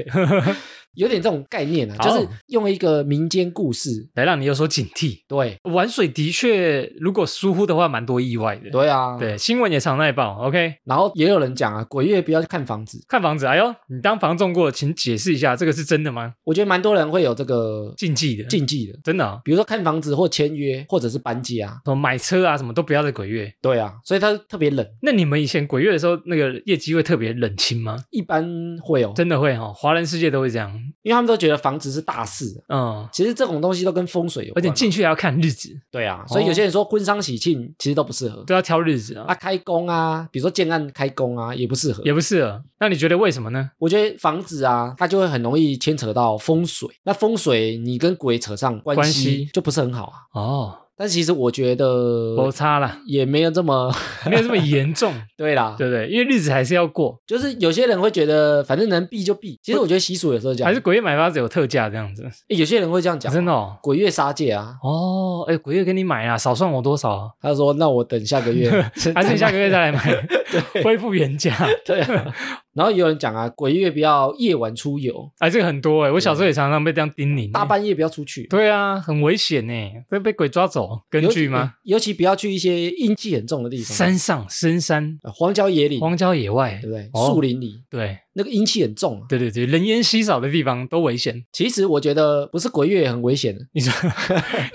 有点这种概念啊，
好
就是用一个民间故事。
来让你有所警惕。
对，
玩水的确，如果疏忽的话，蛮多意外的。
对啊，。
对，新闻也常在报。OK，
然后也有人讲啊，鬼月不要去看房子。
看房子，哎呦，你当房仲过，请解释一下，这个是真的吗？
我觉得蛮多人会有这个
禁忌的，
禁忌的，
真的、啊，
比如说看房子或签约，或者是搬家。
什么买车啊，什么都不要在鬼月。
对啊，所以它特别冷，
那你们以前鬼月的时候，那个业绩会特别冷清吗？
一般会有，
真的会哈、哦，华人世界都会这样。
因为他们都觉得房子是大事。啊
嗯，
其实这种东西都跟风水有
而
关
且
嘛，
进去还要看日子，
对啊，所以有些人说婚丧喜庆其实都不适合
都要挑日子啊，
啊，开工啊，比如说建案开工啊也不适合
也。不适合。那你觉得为什么呢？
我觉得房子啊，它就会很容易牵扯到风水，那风水你跟鬼扯上关
关
系
系
就不是很好啊。
哦，
但其实我觉得
摩擦啦，
也没有这么 [laughs]
没有这么严重，
对啦，
对不对？因为日子还是要过，
就是有些人会觉得反正能避就避。其实我觉得习俗有时候这样，
还是鬼月买房子有特价这样子，
诶有些人会这样讲，啊
真的哦。
鬼月杀戒啊。
哦，哎，鬼月给你买啊，少算我多少
[laughs]
啊？
他说：“那我等下个月再
[laughs]
买，
还是你下个月再来买，恢复原价。
[laughs] 对啊。”然后也有人讲啊，鬼月不要夜晚出游，
哎，这个很多哎、我小时候也常常被这样叮咛、
大半夜不要出去。
对啊，很危险呢、会被鬼抓走。根
尤其
据吗？？
尤其不要去一些阴气很重的地方，
山上、深山、
呃荒郊野岭，
荒郊野外，
对不对？
哦
树林里
对
那个阴气很重啊。
对对对，人烟稀少的地方都危险。
其实我觉得不是鬼月也很危险的，
你
[laughs]
说，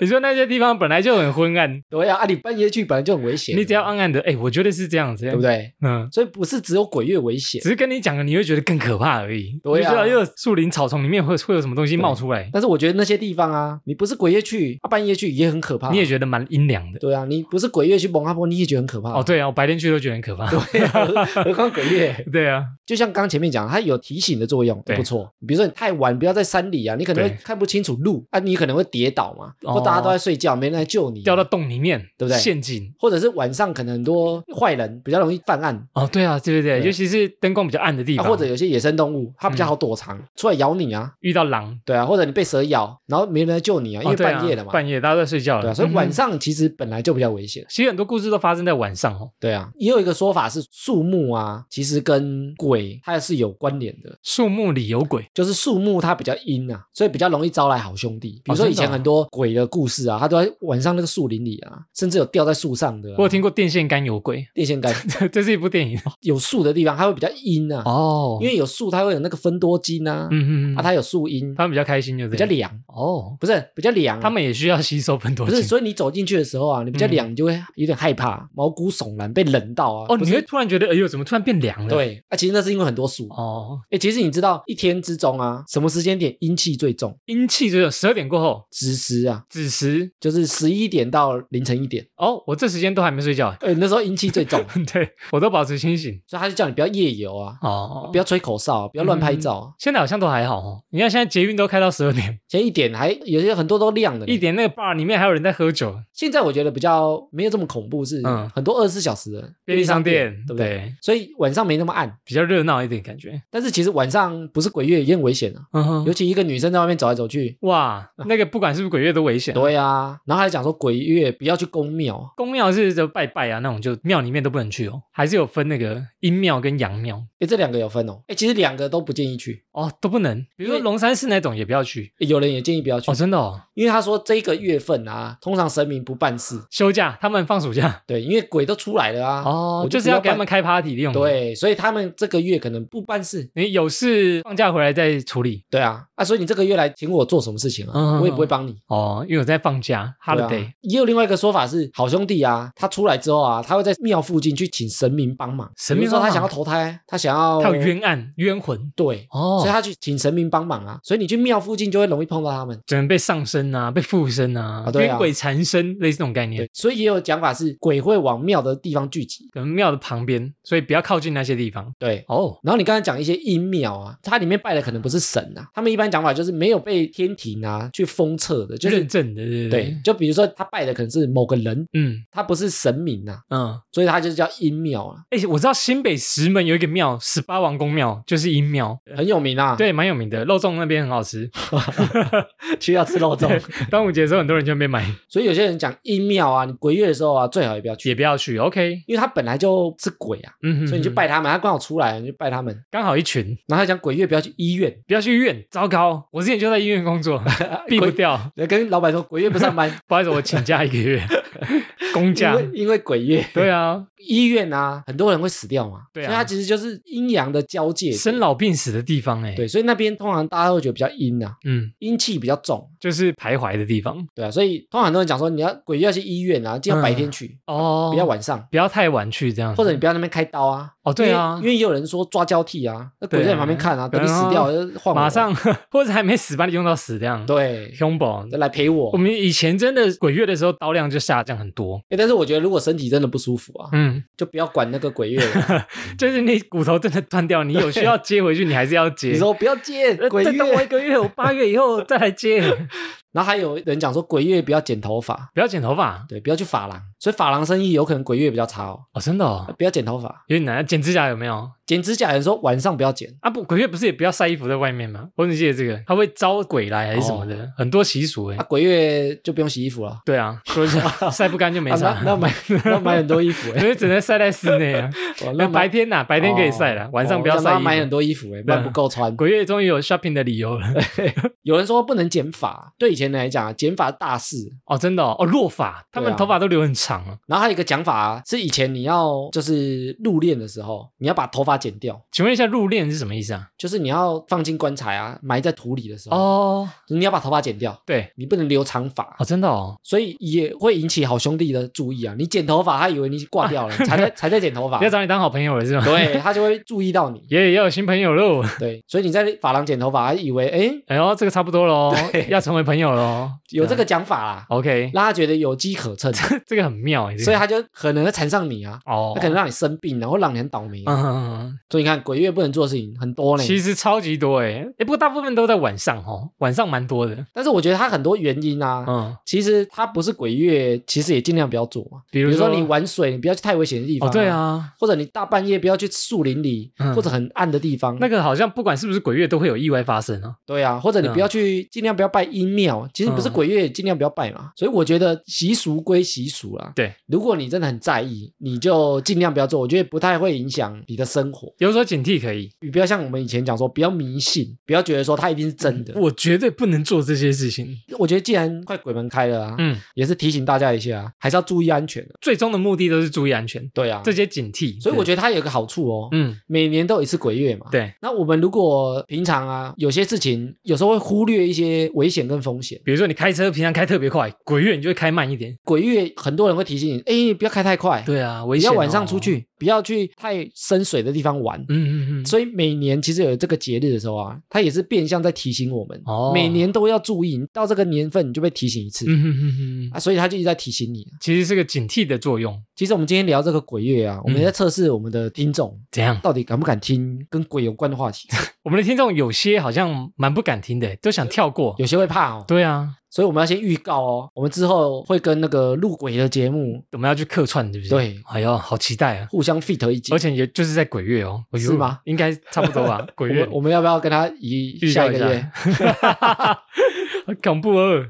你说那些地方本来就很昏暗，
对啊，啊你半夜去本来就很危险，
你只要暗暗的，哎、我觉得是这样子，
对不？对？
嗯。
所以不是只有鬼月危险
只，是跟你讲了，你会觉得更可怕而已。
对啊
你就知道又有树林草丛里面会会有什么东西冒出来，
但是我觉得那些地方啊，你不是鬼月去，啊半夜去也很可怕。
你也觉得蛮阴凉的。
对啊，你不是鬼月去蒙阿波，你也觉得很可怕。
哦，对啊，我白天去都觉得很可怕。
对啊，何况鬼月，
对啊，
就像刚前面讲，它有提醒的作用，
对
不错。比如说你太晚，不要在山里啊，你可能会
对
看不清楚路啊，你可能会跌倒嘛，
哦
或大家都在睡觉，没人来救你，
掉到洞里面，
对不对
陷阱。
或者是晚上可能很多坏人比较容易犯案。
哦，对啊，对对对，
对
尤其是灯光比较暗的地
啊，
方，嗯
或者有些野生动物，它比较好躲藏，出来咬你啊，
遇到狼，
对啊，或者你被蛇咬，然后没人来救你啊，因为
哦对啊
半夜了嘛，
半夜大家都在睡觉了，
对啊，所以晚
嗯哼、
上其实本来就比较危险，
其实很多故事都发生在晚上哦。
对啊，也有一个说法是树木啊，其实跟鬼它是有关联的。
树木里有鬼，
就是树木它比较阴啊，所以比较容易招来好兄弟。比如
真
说
的
以前
哦
很多鬼的故事啊，它都在晚上那个树林里啊，甚至有吊在树上的、啊。
我有听过电线杆有鬼， [laughs]
电线杆
这是一部电影
[laughs] 有树的地方，它会比较阴啊，
哦
因为有树它会有那个分多精啊，
嗯嗯嗯，
啊它有树荫，
他们比较开心，就
比较
厉
凉，
哦，
不是比较凉啊、
他们也需要吸收很多
不是，
精。
所以你走进去的时候啊，你比较
嗯
凉，你就会有点害怕，毛骨悚然，被冷到啊。
哦，
不
你
是
会突然觉得，哎呦，怎么突然变凉了？，
对啊，其实那是因为很多树。哎、
哦，
其实你知道一天之中啊，什么时间点阴气最重？
阴气只有十二点过后，
子时啊，
子时。
就是十一点到凌晨一点。
哦，我这时间都还没睡觉， [laughs] 哎
哎、那时候阴气
[laughs]
最重，
对我都保持清醒。
所以他就叫你不要夜游啊，
哦嗯
不，要吹口哨啊、不要乱拍照、啊。
现在好像都还好哦。你看现在捷运都开到十二点，
现在一点还有些很多都亮了呢，
一点那个 bar 里面还有人在喝酒，
现在我觉得比较没有这么恐怖，是
嗯
很多二十四小时的
便利商店
对不对？
对
所以晚上没那么暗，
比较热闹一点感觉。
但是其实晚上不是鬼月也很危险啊，
嗯哼
尤其一个女生在外面走来走去。
哇，那个不管是不是鬼月都危险。
对啊，然后还讲说鬼月不要去宫庙，
公庙是就拜拜啊，那种就庙里面都不能去哦，还是有分那个阴庙跟阳庙
哎，这两个有分哦。哎，其实两个都不建议去，
哦，都不能。比如说
因为
龙山寺那种也不要去
诶有人也建议不要去
哦，，真的哦，
因为他说这个月份啊，通常神明不办事，
休假他们放暑假
对，因为鬼都出来了啊，
哦
我，
就是
不
要给他们
办。
开 party 用。，
对，所以他们这个月可能不办事，
你有事放假回来再处理
对啊，啊，所以你这个月来请我做什么事情
嗯
啊，
嗯
我也不会
嗯
帮你。
哦，因为我在放假
对
holiday
啊。也有另外一个说法是，好兄弟啊，他出来之后啊，他会在庙附近去请神明帮忙。
神明
比如说
帮忙
他想要投胎，他想要
他有冤案冤魂
对，所
哦，
以他去请神明帮忙啊。所以你去庙附近就会容易碰到他们。
只能被上身啊，被附身啊
啊，对啊
冤鬼缠身，类似这种概念
对。，所以也有讲法是鬼会往庙的地方聚集。
可能庙的旁边，所以不要靠近那些地方
对。
哦。
然后你刚才讲一些阴庙啊，它里面拜的可能不是神啊，他们一般讲法就是没有被天庭啊去封测的，就
认
是
证的，对不
对，，就比如说他拜的可能是某个人，
嗯
他不是神明啊，
嗯。
所以他就叫阴庙啊，
哎、我知道新北石门有一个庙，十八王公庙，就是阴庙，
很有名啊。，
对，蛮有名的，肉粽那边很好 [laughs] 吃。
去要吃肉粽。
端午节的时候，很多人就没买，
所以有些人讲阴庙啊，你鬼月的时候啊，最好也不要去，
也不要去。OK，
因为他本来就是鬼啊，
嗯哼
所以你就拜他们，他刚好出来你就拜他们。
刚好一群，
然后他讲鬼月不要去医院，
不要去医院。糟糕，我之前就在医院工 [laughs] 作，避不掉。
跟老板说鬼月不上班，
不好意思，我请假一个
[laughs]
月，公
因
假。
为因为鬼月
对啊，
医院啊，很多人会死掉嘛，
对啊
所以它其实就是阴阳的交界点
生老病死的地方、哎，
对，所以那边通常大家会觉得比较阴啊，
嗯，
阴气比较重，
就是徘徊的地方。
对啊，所以通常很多人讲说你要鬼月要去医院啊，尽量白天去，
哦，
不要，晚上。
不要太晚去，这样。
或者你不要在那边开刀啊！
哦对啊
因为因为也有人说抓交替啊，那
对
鬼
啊哦
在你旁边看啊，等你死掉就换我
马上， [laughs] 或者还没死，把你用到死这样。
对，
凶宝，
来陪我
我。们以前真的鬼月的时候，刀量就下降很
[laughs]
多。
欸但是我觉得如果身体真的不舒服啊，
嗯，
就不要管那个鬼月了。
[laughs] 就是你骨头真的断掉，你有需要接回去，你还是要接。
你说不要接
呃
鬼
再等我一
月，
个月，我八月以后再来接。 [laughs]
然后还有人讲说鬼月不要剪头发，
不要剪头发
对，不要去发廊，所以发廊生意有可能鬼月比较差哦。
哦，真的哦，
不要剪头发，
有点难。剪指甲有没有？
剪指甲有人说晚上不要剪，
啊不，鬼月不是也不要晒衣服在外面吗？我只记得这个，他会招鬼来还是什么的，很多习俗哎、
啊，鬼月就不用洗衣服了。
对啊，说一
[laughs]
下晒不干就没
啊，
啥。
那
[laughs]
那买那买很多衣服哎
所，以只能晒在室内
[laughs]
啊。
哇
那白
买
天呐、白天可以晒了，
哦
晚上不
哦
要
那
晒
买
衣
很
服。
多衣服哎，不然
嗯
不够穿。
鬼月终于有 shopping 的理由
[laughs]
了
有人说不能剪发，对以前人来讲啊，剪发大事。
哦，真的哦，哦落发，他
对
们
啊
头发都留很长啊。
然后还有一个讲法啊，是以前你要就是入殓的时候，你要把头发剪掉。
请问一下，入殓是什么意思啊？
就是你要放进棺材啊，埋在土里的时候，
哦，
你要把头发剪掉，
对，
你不能留长发，
哦，真的哦，
所以也会引起好兄弟的注意啊。你剪头发，他以为你挂
[laughs]
掉了，才在才在剪头发
要，找你当好朋友了是吗？
对他就会注意到你。
[laughs] 也要有新朋友喽。
对，所以你在发廊剪头发，他以为哎
哎呦，这个差不多喽，要成为朋友
[laughs]
喽。
有这个讲法啦，
OK，
让他觉得有机可
[laughs]
乘，
这个很妙哎，这个
所以他就可能会缠上你啊，
哦
他，可能让你生病，然后让你很倒霉。
嗯嗯，嗯
所以你看，鬼月不能做的事情很多
嗯
呢。
其实超级多哎，哎，不过大部分都在晚上哦，晚上蛮多的。
但是我觉得他很多原因啊，
嗯，
其实它不是鬼月，其实也尽量不要做嘛。
比
比
如
如说
说
你玩水，你不要去太危险的地方、
哦，对，啊，
或者你大半夜不要去树林里、
嗯
或者很暗的地方。
那个好像不管是不是鬼月，都会有意外发生啊。
对啊，或者你
嗯
不要去，尽量不要拜阴庙。其实不是
嗯
鬼月，尽量不要拜嘛。所以我觉得习俗归习俗啦，嘛。
对，
如果你真的很在意，你就尽量不要做，我觉得不太会影响你的生活。
有所警惕可以，
你不要像我们以前讲说，不要迷信，不要觉得说它一定是真的。
我绝对不能做这些事情。
我觉得既然快鬼门开了啊，
嗯，
也是提醒大家一下啊，还是要注意安全的、
最终的目的都是注意安全，
对啊，
这些警惕。
所以我
得，
觉得它有个好处哦，
嗯，
每年都有一次鬼月嘛。
对，
那我们如果平常啊，有些事情有时候会忽略一些危险跟风险。
比如说你开车平常开特别快，鬼月你就会开慢一点。
鬼月很多人会提醒你，哎，不要开太快，
对啊，危
不
险、
要晚上出。去，不要去太深水的地方玩。
嗯嗯嗯，
所以每年其实有这个节日的时候啊，它也是变相在提醒我们，
哦
每年都要注意，到这个年份你就被提醒一次、
嗯哼哼哼哼，
啊，所以它就一直在提醒你。啊
其实是个警惕的作用。
其实我们今天聊这个鬼月啊，我们
嗯
在测试我们的听众、
怎样？
到底敢不敢听跟鬼有关的
[laughs]
话题，
我们的听众有些好像蛮不敢听的，欸都想跳过。
有些会怕哦，
对啊，
所以我们要先预告哦，我们之后会跟那个录鬼的节目
我们要去客串，对不对？
对
哎呦，好期待啊！
互相 fit 一集
而。且也就是在鬼月哦，哎呦
是吗？
应该差不多 [laughs] 吧，
我
鬼月
们我们要不要跟他移
预
下
告
一
一
个月
[laughs] 下？，很恐怖哦。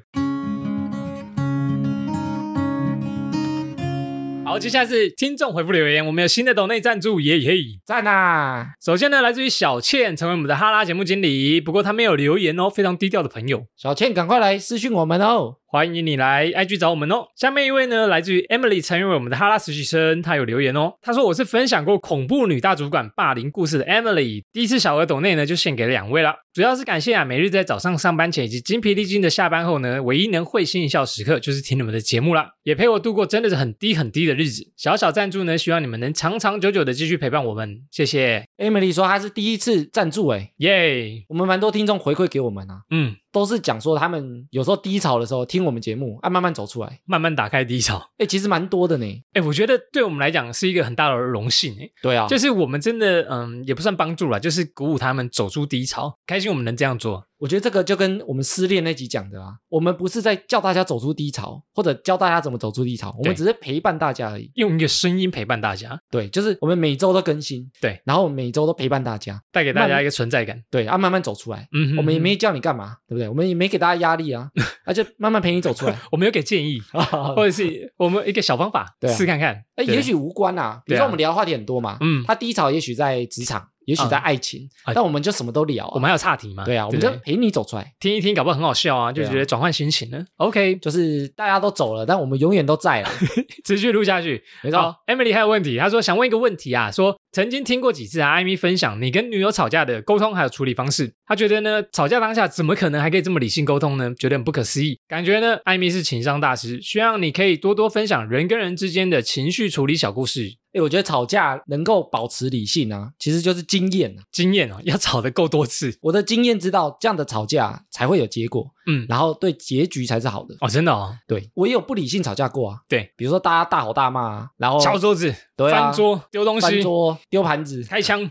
好，接下来是听众回复留言，我们有新的抖内赞助，耶耶！
赞啊！
首先呢，来自于小倩，成为我们的哈拉节目经理，不过她没有留言哦，非常低调的朋友。
小倩，赶快来私讯我们哦。
欢迎你来 IG 找我们哦。下面一位呢，来自于 Emily，成为我们的哈拉实习生，她有留言哦。她说我是分享过恐怖女大主管霸凌故事的 Emily，第一次小额抖内呢就献给两位了。主要是感谢啊，每日在早上上班前以及精疲力尽的下班后呢，唯一能会心一笑时刻就是听你们的节目啦，也陪我度过真的是很低很低的日子。小小赞助呢，希望你们能长长久久的继续陪伴我们，谢谢，
Emily 说她是第一次赞助，哎，
耶，
我们蛮多听众回馈给我们啊，
嗯，
都是讲说他们有时候低潮的时候听我们节目，啊，慢慢走出来，
慢慢打开低潮。
哎，其实蛮多的呢。
哎，我觉得对我们来讲是一个很大的荣幸哎。
对啊，
就
就
是是我们真的，嗯，也不算帮助啦，就是鼓舞他们走出低潮，开心我们能这样做。
我觉得这个就跟我们失恋那集讲的啊，我们不是在叫大家走出低潮，或者教大家怎么走出低潮，我
对
们只是陪伴大家而已。
用一个声音陪伴大家，
对，就是我们每周都更新，
对，
然后每周都陪伴大家，
带给大
慢
家一个存在感。
对，啊，慢慢走出来。
嗯哼
我们也没叫你干嘛，对不对？我们也没给大家压力啊，
[laughs]
啊，就慢慢陪你走出来。 [laughs]
我们有给建议， [laughs] 或者是我们一个小方法，
对啊
试看看。
哎，
对
也许无关啊。比如
对
说
啊
我们聊的话题很多嘛，
嗯
他低潮也许在职场，也许在爱情，
啊
但我们就什么都聊啊。
我们还有岔题嘛？
对啊，我们
不
就陪你走出来，
听一听，搞不好很好笑啊，就
对啊
觉得转换心情了。OK，
就是大家都走了，但我们永远都
[laughs]
在啊。
持续录下去。
没错，
好，Emily 哦还有问题，她说想问一个问题啊，说曾经听过几次啊，艾米分享你跟女友吵架的沟通还有处理方式，她觉得呢，吵架当下怎么可能还可以这么理性沟通呢？觉得很不可思议，感觉呢，艾米是情商大师，希望你可以多多分享人跟人之间的情绪处理小故事
哎，我觉得吵架能够保持理性啊，其实就是经验啊。
经验哦，要吵得够多次
我的经验知道，这样的吵架才会有结果，
嗯
然后对结局才是好的。
哦，真的哦，
对我也有不理性吵架过啊，
对，
比如说大家大吼大骂啊，然后
敲桌子、
对啊
翻桌、丢东
翻
西、
桌、丢盘子、
开
[laughs]
枪，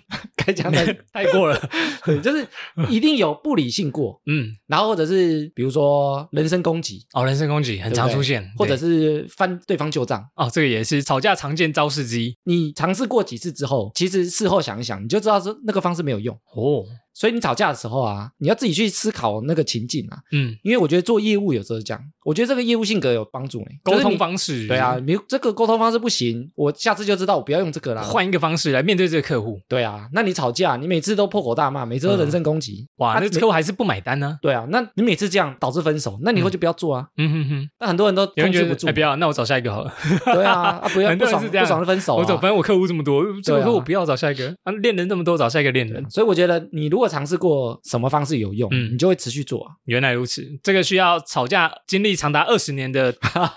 [laughs]
开枪的，
太过了，
[laughs] 对，就是一定有不理性过，
嗯，
然后或者是比如说人身攻击，
哦，人身攻击很
对不
常
对
出现，
或者
对
是翻对方旧账。
哦，这个也是吵架常见招式之一
你尝试过几次之后，其实事后想一想，你就知道说那个方式没有用。
哦，
所以你吵架的时候啊，你要自己去思考那个情境啊，
嗯。
因为我觉得做业务有时候是这样，我觉得这个业务性格有帮助欸
沟
就是
通
你
方式，
对啊，，你这个沟通方式不行，我下次就知道我不要用这个啦。
换一个方式来面对这个客户。
对啊，那你吵架，你每次都破口大骂，每次都人
嗯
身攻击，
哇，
啊
那
没
客户还是不买单呢、
对啊，那你每次这样导致分手，那你以后就不要做啊。
嗯哼哼，
但很多人都
有
控
人觉
制
得
不住
哎，，不要，那我找下一个好了。
对啊，啊不
[laughs]
要
很
不
多人
爽
是
不
这样
爽就分手啊。
我找，反正我客户这么多，这
对
个
啊
客户我不要，找下一个。啊，恋人这么多，找下一个恋人。
所以我觉得你如果尝试过什么方式有用，
嗯
你就会持续做啊。
原来如此，这个需要吵架经历长达二十年
[laughs]
的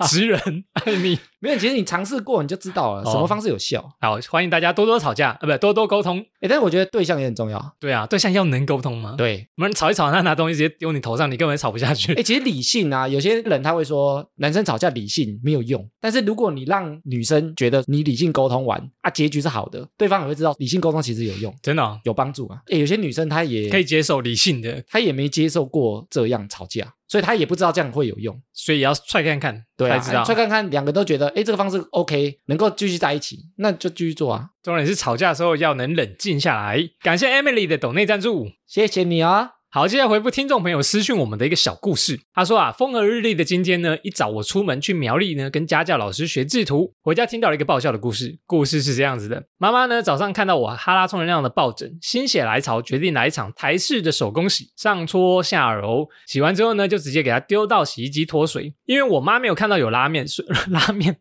职人艾米。
没有，其实你尝试过你就知道了，
哦
什么方式有效。
好，欢迎大家多多吵架，啊，不，多多沟通。
哎，但是我觉得对象也很重要。
对啊，对象要能沟通吗？，
对，
我们吵一吵，他拿东西直接丢你头上，你根本吵不下去
哎，。其实理性啊，有些人他会说男生吵架理性没有用，但是如果你让女生觉得你理性沟通完啊，结局是好的，对方也会知道理性沟通其实有用，
真的哦、
有帮助啊。哎，有些女生她也
可以接受理性的，
她也没接受过这样吵架，所以她也不知道这样会有用。
所以也要踹看看，
对啊，
才知道。
哎再看看两个都觉得，哎，这个方式 OK，能够继续在一起，那就继续做啊。
重点是吵架的时候要能冷静下来。感谢 Emily 的抖内赞助。
谢谢你啊，
好，接下来回复听众朋友私讯我们的一个小故事。他说啊，风和日丽的今天呢，一早我出门去苗栗呢，跟家教老师学制图，回家听到了一个爆笑的故事。故事是这样子的：妈妈呢早上看到我哈拉充能量的抱枕，心血来潮决定来一场台式的手工洗，上搓下揉，洗完之后呢，就直接给它丢到洗衣机脱水。因为我妈没有看到有拉面，所以 [laughs] 拉面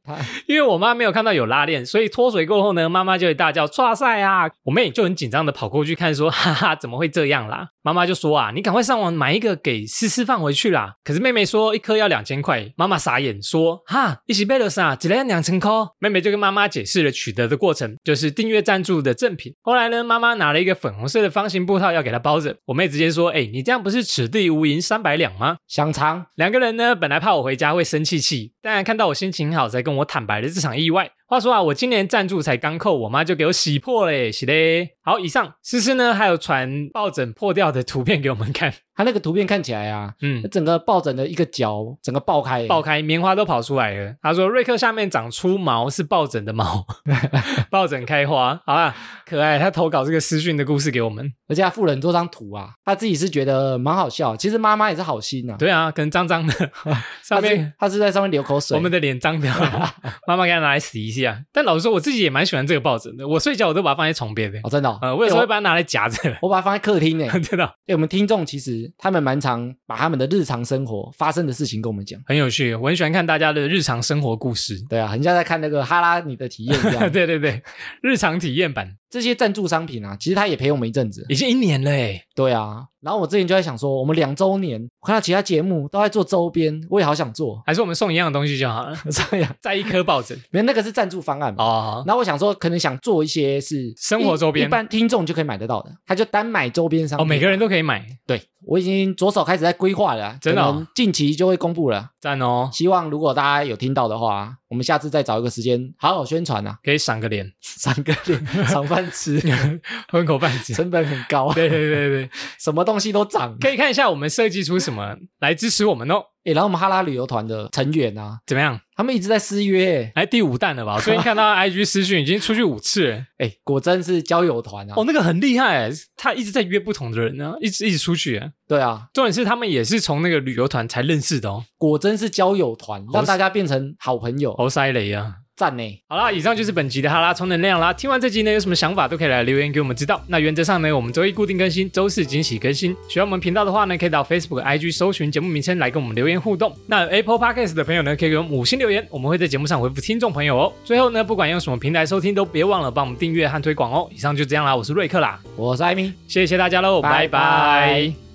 因为我妈没有看到有拉链，所以脱水过后呢，妈妈就会大叫“哇塞啊！”我妹就很紧张的跑过去看，说：“哈哈，怎么会这样啦？”妈妈就说：“啊，你赶快上网买一个给思思放回去啦。”可是妹妹说一颗要两千块，妈妈傻眼说：“哈，一起贝勒啥，只来两千块。”妹妹就跟妈妈解释了取得的过程，就是订阅赞助的赠品。后来呢，妈妈拿了一个粉红色的方形布套要给她包着，我妹直接说：“哎、你这样不是此地无银三百两吗？”
香肠
两个人呢，本来怕我回家会生气气，但看到我心情好，才跟我坦白了这场意外。话说啊，我今年赞助才刚扣，我妈就给我洗破嘞，洗嘞。好，以上思思呢，还有传抱枕破掉的图片给我们看，
它那个图片看起来啊，
嗯，
整个抱枕的一个角整个爆开，
爆开，棉花都跑出来了。她说瑞克下面长出毛是抱枕的毛，抱枕开花。好啦，可爱，她投稿这个私讯的故事给我们。
而且他附了很多张图啊，他自己是觉得蛮好笑。其实妈妈也是好心呐、啊，
对啊，可能脏脏的，上面
他是在上面流口水。
我们的脸脏掉 [laughs] 了，妈妈给它拿来洗一下。但老实说，我自己也蛮喜欢这个抱枕的，我睡觉我都把它放在床边的。
哦，真的、哦
呃，我有时候
欸
会把它拿来夹着， [laughs]
我把它放在客厅呢、欸。
真的
欸我们听众其实他们蛮常把他们的日常生活发生的事情跟我们讲。
很有趣。我很喜欢看大家的日常生活故事。
对啊，很像在看那个哈拉你的体验一
[laughs]
样。
对对对，日常体验版
这些赞助商品啊，其实他也陪我们一阵子。
已经一年了哎，。
对啊，然后我之前就在想说，我们两周年，我看到其他节目都在做周边，我也好想做
还是我们送一样的东西就好 [laughs] 了，
这样，
再一颗抱枕
没有那个是赞助方案嘛？
哦。
然后我想说，可能想做一些是
生活周边
一，一般听众就可以买得到的，他就单买周边商
哦，
品。
每个人都可以买，
对我已经着手开始在规划了啊，
真的哦
可能近期就会公布了。啊
赞哦，
希望如果大家有听到的话，我们下次再找一个时间好好宣传啊， [laughs]
可以赏个脸，
赏个
[laughs]
脸，赏饭吃，
混口饭吃。
成本很高，啊
对对对对，
什么东西都涨。欸
可以看一下我们设计出什么来支持我们哦。
诶，然后我们哈拉旅游团的成员啊，
怎么样？
他们一直在失约、
来哎第五弹了 [laughs] 吧？我最近看到 IG 私讯已经出去五次了。
诶，欸果真是交友团啊。
哦，那个很厉害欸，他一直在约不同的人啊，一直一直出去啊。
对啊，
重点是他们也是从那个旅游团才认识的哦，
果真是交友团，让大家变成好朋友，
好塞雷啊！
赞呢、
好啦，以上就是本集的哈拉充能量啦。听完这集呢，有什么想法都可以来留言给我们知道。那原则上呢，我们周一固定更新，周四惊喜更新。喜欢我们频道的话呢，可以到 Facebook、IG 搜寻节目名称来跟我们留言互动。那 Apple Podcast 的朋友呢，可以给我们五星留言，我们会在节目上回复听众朋友哦。最后呢，不管用什么平台收听，都别忘了帮我们订阅和推广哦。以上就这样啦，我是瑞克啦，
我是艾米。
谢谢大家喽，拜拜
拜拜